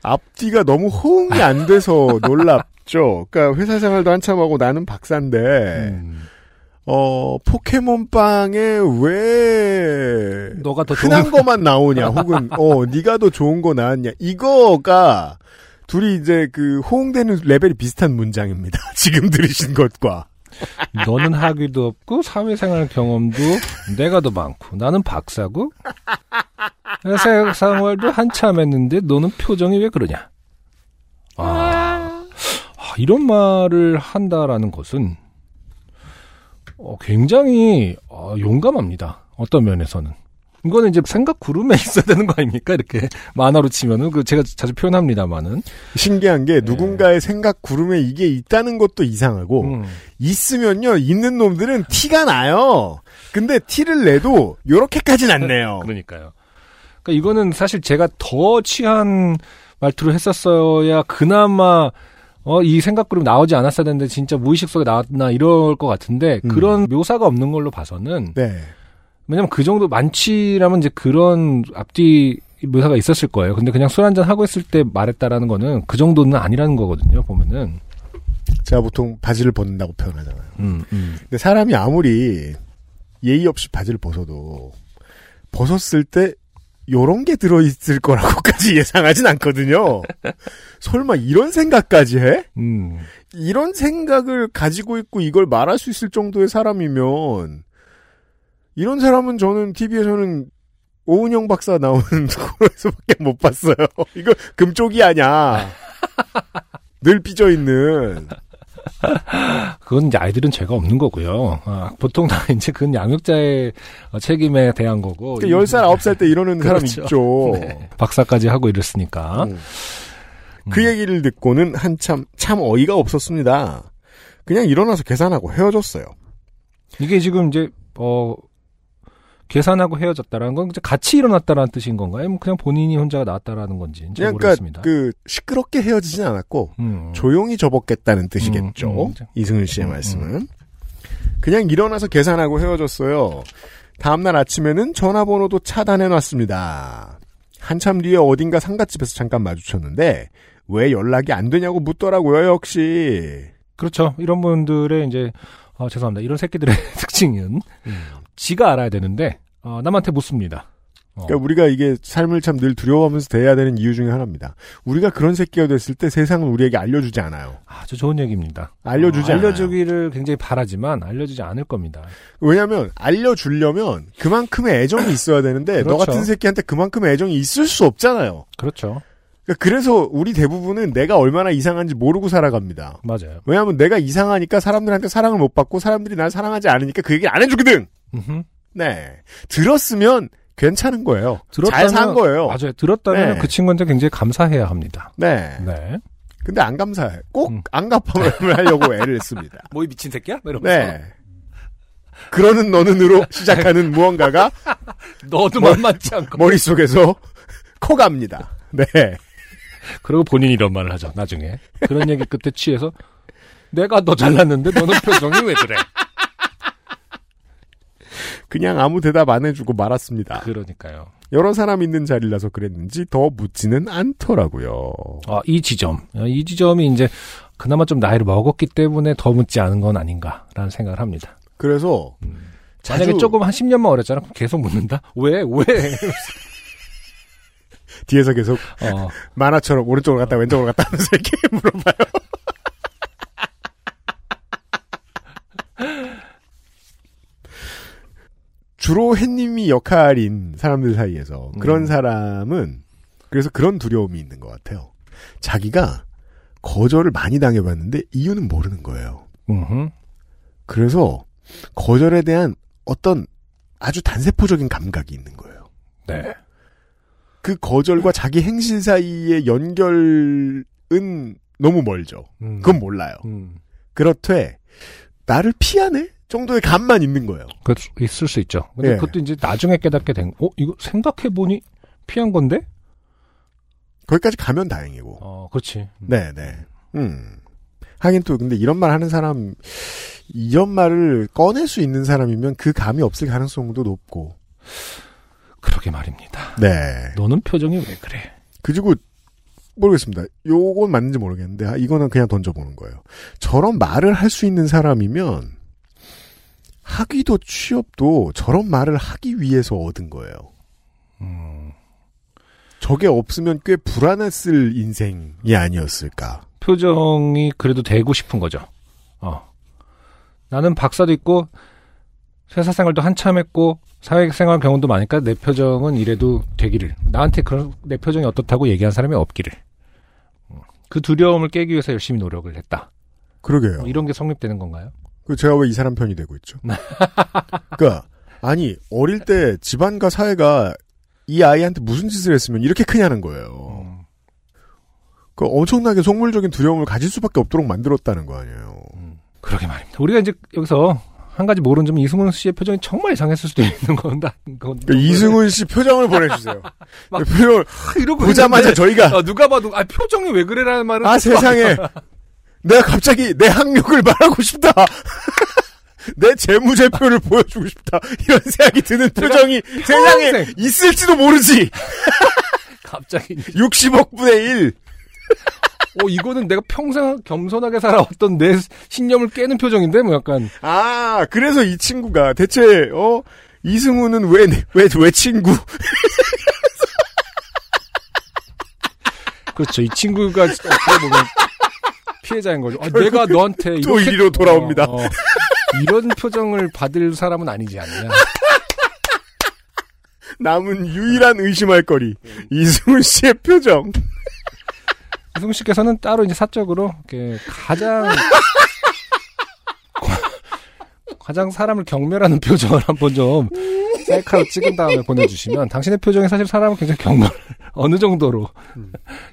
앞뒤가 너무 호응이 안 돼서 놀랍죠. 그러니까 회사 생활도 한참 하고 나는 박사인데 음, 어 포켓몬빵에 왜 너가 더 좋은 흔한 거만 나오냐 혹은 어 네가 더 좋은 거 나왔냐 이거가 둘이 이제 그 호응되는 레벨이 비슷한 문장입니다. 지금 들으신 것과 너는 학위도 없고 사회생활 경험도 내가 더 많고 나는 박사고 사회생활도 한참 했는데 너는 표정이 왜 그러냐? 아, 아, 이런 말을 한다라는 것은 어, 굉장히 어, 용감합니다. 어떤 면에서는. 이거는 이제 생각 구름에 있어야 되는 거 아닙니까? 이렇게 만화로 치면은 그 제가 자주 표현합니다만은 신기한 게 누군가의 생각 구름에 이게 있다는 것도 이상하고 음, 있으면요 있는 놈들은 티가 나요. 근데 티를 내도 요렇게까진 안 내요. 그러니까요. 그러니까 이거는 사실 제가 더 취한 말투로 했었어야 그나마 어, 이 생각그룹 나오지 않았어야 되는데 진짜 무의식 속에 나왔나 이럴 것 같은데 음. 그런 묘사가 없는 걸로 봐서는 네. 왜냐면 그 정도 만취라면 이제 그런 앞뒤 묘사가 있었을 거예요. 근데 그냥 술 한잔 하고 있을 때 말했다라는 거는 그 정도는 아니라는 거거든요. 보면은 제가 보통 바지를 벗는다고 표현하잖아요. 음, 음. 근데 사람이 아무리 예의 없이 바지를 벗어도 벗었을 때 요런 게 들어있을 거라고까지 예상하진 않거든요. 설마 이런 생각까지 해? 음. 이런 생각을 가지고 있고 이걸 말할 수 있을 정도의 사람이면 이런 사람은 저는 TV에서는 오은영 박사 나오는 거에서밖에 못 봤어요. 이거 금쪽이 아냐. 늘 삐져 있는. 그건 이제 아이들은 죄가 없는 거고요. 아, 보통 다 이제 그건 양육자의 어, 책임에 대한 거고. 그러니까 10살, 9살 때 어, 이러는 그렇죠. 사람 있죠. 네. 어? 박사까지 하고 이랬으니까. 음. 그 얘기를 듣고는 한참 참 어이가 없었습니다. 그냥 일어나서 계산하고 헤어졌어요. 이게 지금 이제 어 계산하고 헤어졌다라는 건 이제 같이 일어났다라는 뜻인 건가요? 아니면 그냥 본인이 혼자 나왔다라는 건지 잘 그냥 그러니까 모르겠습니다. 그 시끄럽게 헤어지진 않았고 음. 조용히 접었겠다는 뜻이겠죠. 음, 음. 이승윤 씨의 말씀은. 그냥 일어나서 계산하고 헤어졌어요. 다음날 아침에는 전화번호도 차단해놨습니다. 한참 뒤에 어딘가 상가집에서 잠깐 마주쳤는데 왜 연락이 안 되냐고 묻더라고요. 역시 그렇죠. 이런 분들의 이제 어, 죄송합니다. 이런 새끼들의 특징은 음. 지가 알아야 되는데 어, 남한테 묻습니다. 어, 그러니까 우리가 이게 삶을 참 늘 두려워하면서 대해야 되는 이유 중에 하나입니다. 우리가 그런 새끼가 됐을 때 세상은 우리에게 알려주지 않아요. 아주 좋은 얘기입니다. 알려주지 어, 않아요. 알려주기를 굉장히 바라지만 알려주지 않을 겁니다. 왜냐하면 알려주려면 그만큼의 애정이 있어야 되는데 너 그렇죠. 같은 새끼한테 그만큼의 애정이 있을 수 없잖아요. 그렇죠. 그러니까 그래서 우리 대부분은 내가 얼마나 이상한지 모르고 살아갑니다. 맞아요. 왜냐하면 내가 이상하니까 사람들한테 사랑을 못 받고 사람들이 날 사랑하지 않으니까 그 얘기를 안 해주거든. 음흠. 네, 들었으면 괜찮은 거예요. 잘 들었다면- 산 거예요. 맞아요. 들었다면 네. 그 친구한테 굉장히 감사해야 합니다. 네. 네. 근데 안 감사해. 음. 꼭안 갚아을 하려고 애를 씁니다. 뭐이 미친 새끼야? 이러면서 네. 그러는 너는으로 시작하는 무언가가 너도 만만치 않고 머릿속에서 커갑니다. 네. 그리고 본인이 이런 말을 하죠. 나중에 그런 얘기 끝에 취해서 내가 너 잘났는데 너는 표정이 왜 그래? 그냥 아무 대답 안 해주고 말았습니다. 그러니까요. 여러 사람 있는 자리라서 그랬는지 더 묻지는 않더라고요. 아, 이 지점, 아, 이 지점이 이제 그나마 좀 나이를 먹었기 때문에 더 묻지 않은 건 아닌가라는 생각을 합니다. 그래서 자주 만약에 조금 한 10년만 어렸잖아. 그럼 계속 묻는다. 왜? 왜? 뒤에서 계속 어, 만화처럼 오른쪽으로 갔다 왼쪽으로 갔다 하면서 이렇게 물어봐요. 주로 햇님이 역할인 사람들 사이에서 그런 사람은 그래서 그런 두려움이 있는 것 같아요. 자기가 거절을 많이 당해봤는데 이유는 모르는 거예요. 음흠. 그래서 거절에 대한 어떤 아주 단세포적인 감각이 있는 거예요. 네. 그 거절과 자기 행실 사이의 연결은 너무 멀죠. 음. 그건 몰라요. 음. 그렇되 나를 피하네 정도의 감만 있는 거예요. 그 있을 수 있죠. 근데 예. 그것도 이제 나중에 깨닫게 된. 어, 이거 생각해 보니 피한 건데? 거기까지 가면 다행이고. 어, 그렇지. 네, 네. 음. 하긴 또 근데 이런 말 하는 사람 이런 말을 꺼낼 수 있는 사람이면 그 감이 없을 가능성도 높고. 그러게 말입니다. 네. 너는 표정이 왜 그래? 그리고 모르겠습니다. 요건 맞는지 모르겠는데 아, 이거는 그냥 던져보는 거예요. 저런 말을 할 수 있는 사람이면 학위도 취업도 저런 말을 하기 위해서 얻은 거예요. 저게 없으면 꽤 불안했을 인생이 아니었을까. 표정이 그래도 되고 싶은 거죠. 어. 나는 박사도 있고 회사 생활도 한참 했고 사회생활 경험도 많으니까 내 표정은 이래도 되기를 나한테 그런 내 표정이 어떻다고 얘기한 사람이 없기를 음. 그 두려움을 깨기 위해서 열심히 노력을 했다. 그러게요. 뭐 이런 게 성립되는 건가요? 그 제가 왜 이 사람 편이 되고 있죠? 그러니까 아니 어릴 때 집안과 사회가 이 아이한테 무슨 짓을 했으면 이렇게 크냐는 거예요. 음. 그 엄청나게 속물적인 두려움을 가질 수밖에 없도록 만들었다는 거 아니에요. 그러게 말입니다. 우리가 이제 여기서 한 가지 모르는 점은 이승훈 씨의 표정이 정말 이상했을 수도 있는 건다. 그건 그러니까 이승훈 씨 표정을 보내주세요. 막- 표정을 아, 이러고 보자마자 있는데 저희가 어, 누가 봐도 아 표정이 왜 그래라는 말은 아 세상에 내가 갑자기 내 학력을 말하고 싶다. 내 재무제표를 보여주고 싶다. 이런 생각이 드는 표정이 세상에 평생- 있을지도 모르지. 갑자기 60억 분의 1. 어, 이거는 내가 평생 겸손하게 살아왔던 내 신념을 깨는 표정인데, 뭐 약간. 아, 그래서 이 친구가 대체, 어, 이승우는 왜, 내- 왜, 왜 친구? 그렇죠. 이 친구가 어떻게 보면 피해자인 거죠. 아, 내가 너한테 또 이렇게- 이리로 돌아옵니다. 어, 어, 이런 표정을 받을 사람은 아니지 않냐. 남은 유일한 의심할 거리. 음. 이승훈 씨의 표정. 이승 씨께서는 따로 이제 사적으로 이렇게 가장 과- 가장 사람을 경멸하는 표정을 한번 좀 셀카로 찍은 다음에 보내주시면 당신의 표정이 사실 사람을 굉장히 경멸 어느 정도로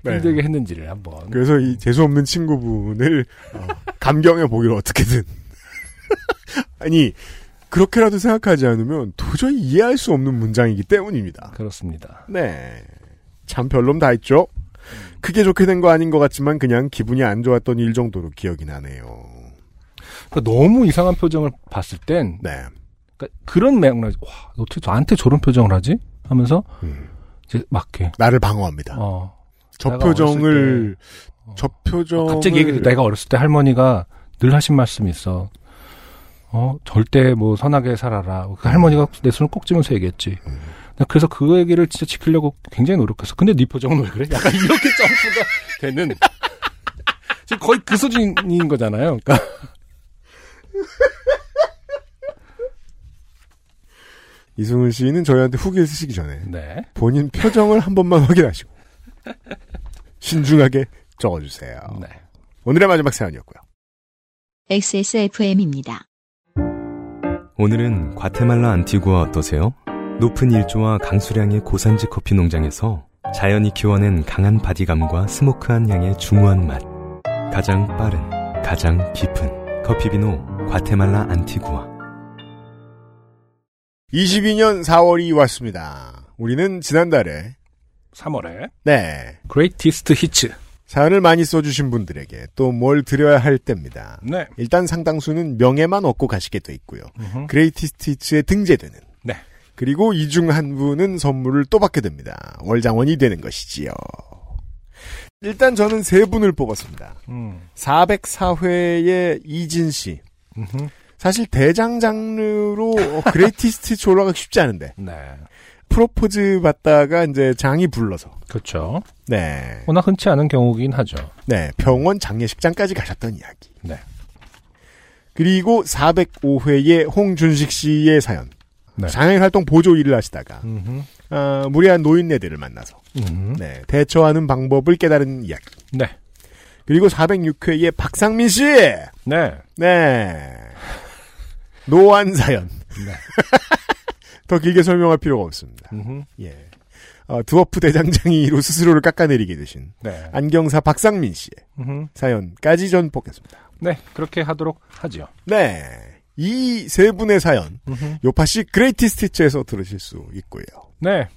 네. 힘들게 했는지를 한번 그래서 이 재수없는 친구분을 어, 감경해 보기로 어떻게든. 아니, 그렇게라도 생각하지 않으면 도저히 이해할 수 없는 문장이기 때문입니다. 그렇습니다. 네. 참 별놈 다 있죠? 크게 좋게 된 거 아닌 것 같지만 그냥 기분이 안 좋았던 일 정도로 기억이 나네요. 그러니까 너무 이상한 표정을 봤을 땐 네. 그러니까 그런 맥락 와 어떻게 저한테 저런 표정을 하지 하면서 음. 이제 막게 나를 방어합니다. 어 저 내가 표정을 때, 어. 네. 저 표정 갑자기 얘기 내가 어렸을 때 할머니가 늘 하신 말씀이 있어 어 절대 뭐 선하게 살아라 그 할머니가 내 손을 꼭 쥐면서 얘기했지 나 그래서 그 얘기를 진짜 지키려고 굉장히 노력했어 근데 네 표정은 왜 그래 약간 이렇게 점프가 되는 지금 거의 그 수준인 거잖아요 그러니까 이승훈 씨는 저희한테 후기를 쓰시기 전에 네 본인 표정을 한 번만 확인하시고 신중하게 적어주세요. 네. 오늘의 마지막 사연이었고요. XSFM입니다. 오늘은 과테말라 안티구아 어떠세요? 높은 일조와 강수량의 고산지 커피 농장에서 자연이 키워낸 강한 바디감과 스모크한 향의 중후한 맛. 가장 빠른, 가장 깊은 커피비노 과테말라 안티구아. 22년 4월이 왔습니다. 우리는 지난달에 3월에 네 그레이티스트 히츠 사연을 많이 써주신 분들에게 또 뭘 드려야 할 때입니다. 네 일단 상당수는 명예만 얻고 가시게 돼 있고요. 그레이티스트 히츠에 등재되는 네. 그리고 이 중 한 분은 선물을 또 받게 됩니다. 월장원이 되는 것이지요. 일단 저는 세 분을 뽑았습니다. 음. 404회의 이진 씨. 사실 대장 장르로 어, 그레이티스트 히츠 올라가기 쉽지 않은데 네 프로포즈 받다가 이제 장이 불러서 그렇죠 네 워낙 흔치 않은 경우긴 하죠 네, 병원 장례식장까지 가셨던 이야기. 네. 그리고 405회의 홍준식 씨의 사연. 네. 장애인 활동 보조 일을 하시다가 아, 무리한 노인네들을 만나서 음. 네, 대처하는 방법을 깨달은 이야기. 네. 그리고 406회의 박상민 씨. 네. 네. 노안 사연. 더 길게 설명할 필요가 없습니다. 예. 어, 드워프 대장장이로 스스로를 깎아내리게 되신 네. 안경사 박상민 씨의 음흠. 사연까지 전 뽑겠습니다. 네. 그렇게 하도록 하지요. 네. 이 세 분의 사연, 요파시 그레이티스티츠에서 들으실 수 있고요. 네.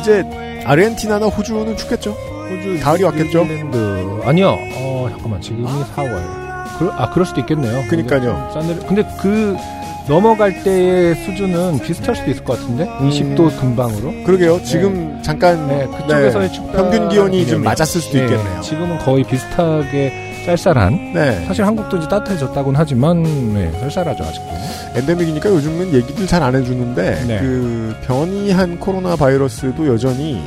이제 아르헨티나나 호주는 춥겠죠? 호주 가을이 왔겠죠? 그, 아니요. 어, 잠깐만. 지금이 4월. 그, 아, 그럴 수도 있겠네요. 그러니까요. 근데, 싸늘- 근데 그 넘어갈 때의 수준은 비슷할 수도 있을 것 같은데? 음. 20도 금방으로? 그러게요. 지금 잠깐 네. 그쪽에서의 춥다. 평균 기온이 좀 맞았을 수도 네, 있겠네요. 지금은 거의 비슷하게 쌀쌀한. 네. 사실 한국도 이제 따뜻해졌다곤 하지만, 네, 쌀쌀하죠, 아직도. 엔데믹이니까 요즘은 얘기들 잘 안 해주는데 네. 그 변이한 코로나 바이러스도 여전히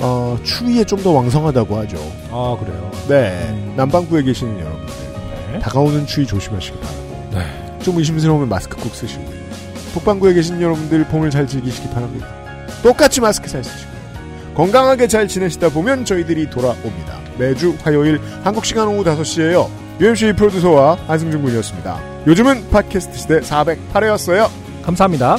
어, 추위에 좀 더 왕성하다고 하죠. 아, 그래요. 네, 음. 남방구에 계시는 여러분들 네. 다가오는 추위 조심하시기 바랍니다. 좀 의심스러우면 마스크 꼭 쓰시고 북방구에 계신 여러분들 봄을 잘 즐기시기 바랍니다. 똑같이 마스크 잘 쓰시고 건강하게 잘 지내시다 보면 저희들이 돌아옵니다. 매주 화요일 한국 시간 오후 5시에요. UMC 프로듀서와 안승준 군이었습니다. 요즘은 팟캐스트 시대 408회였어요. 감사합니다.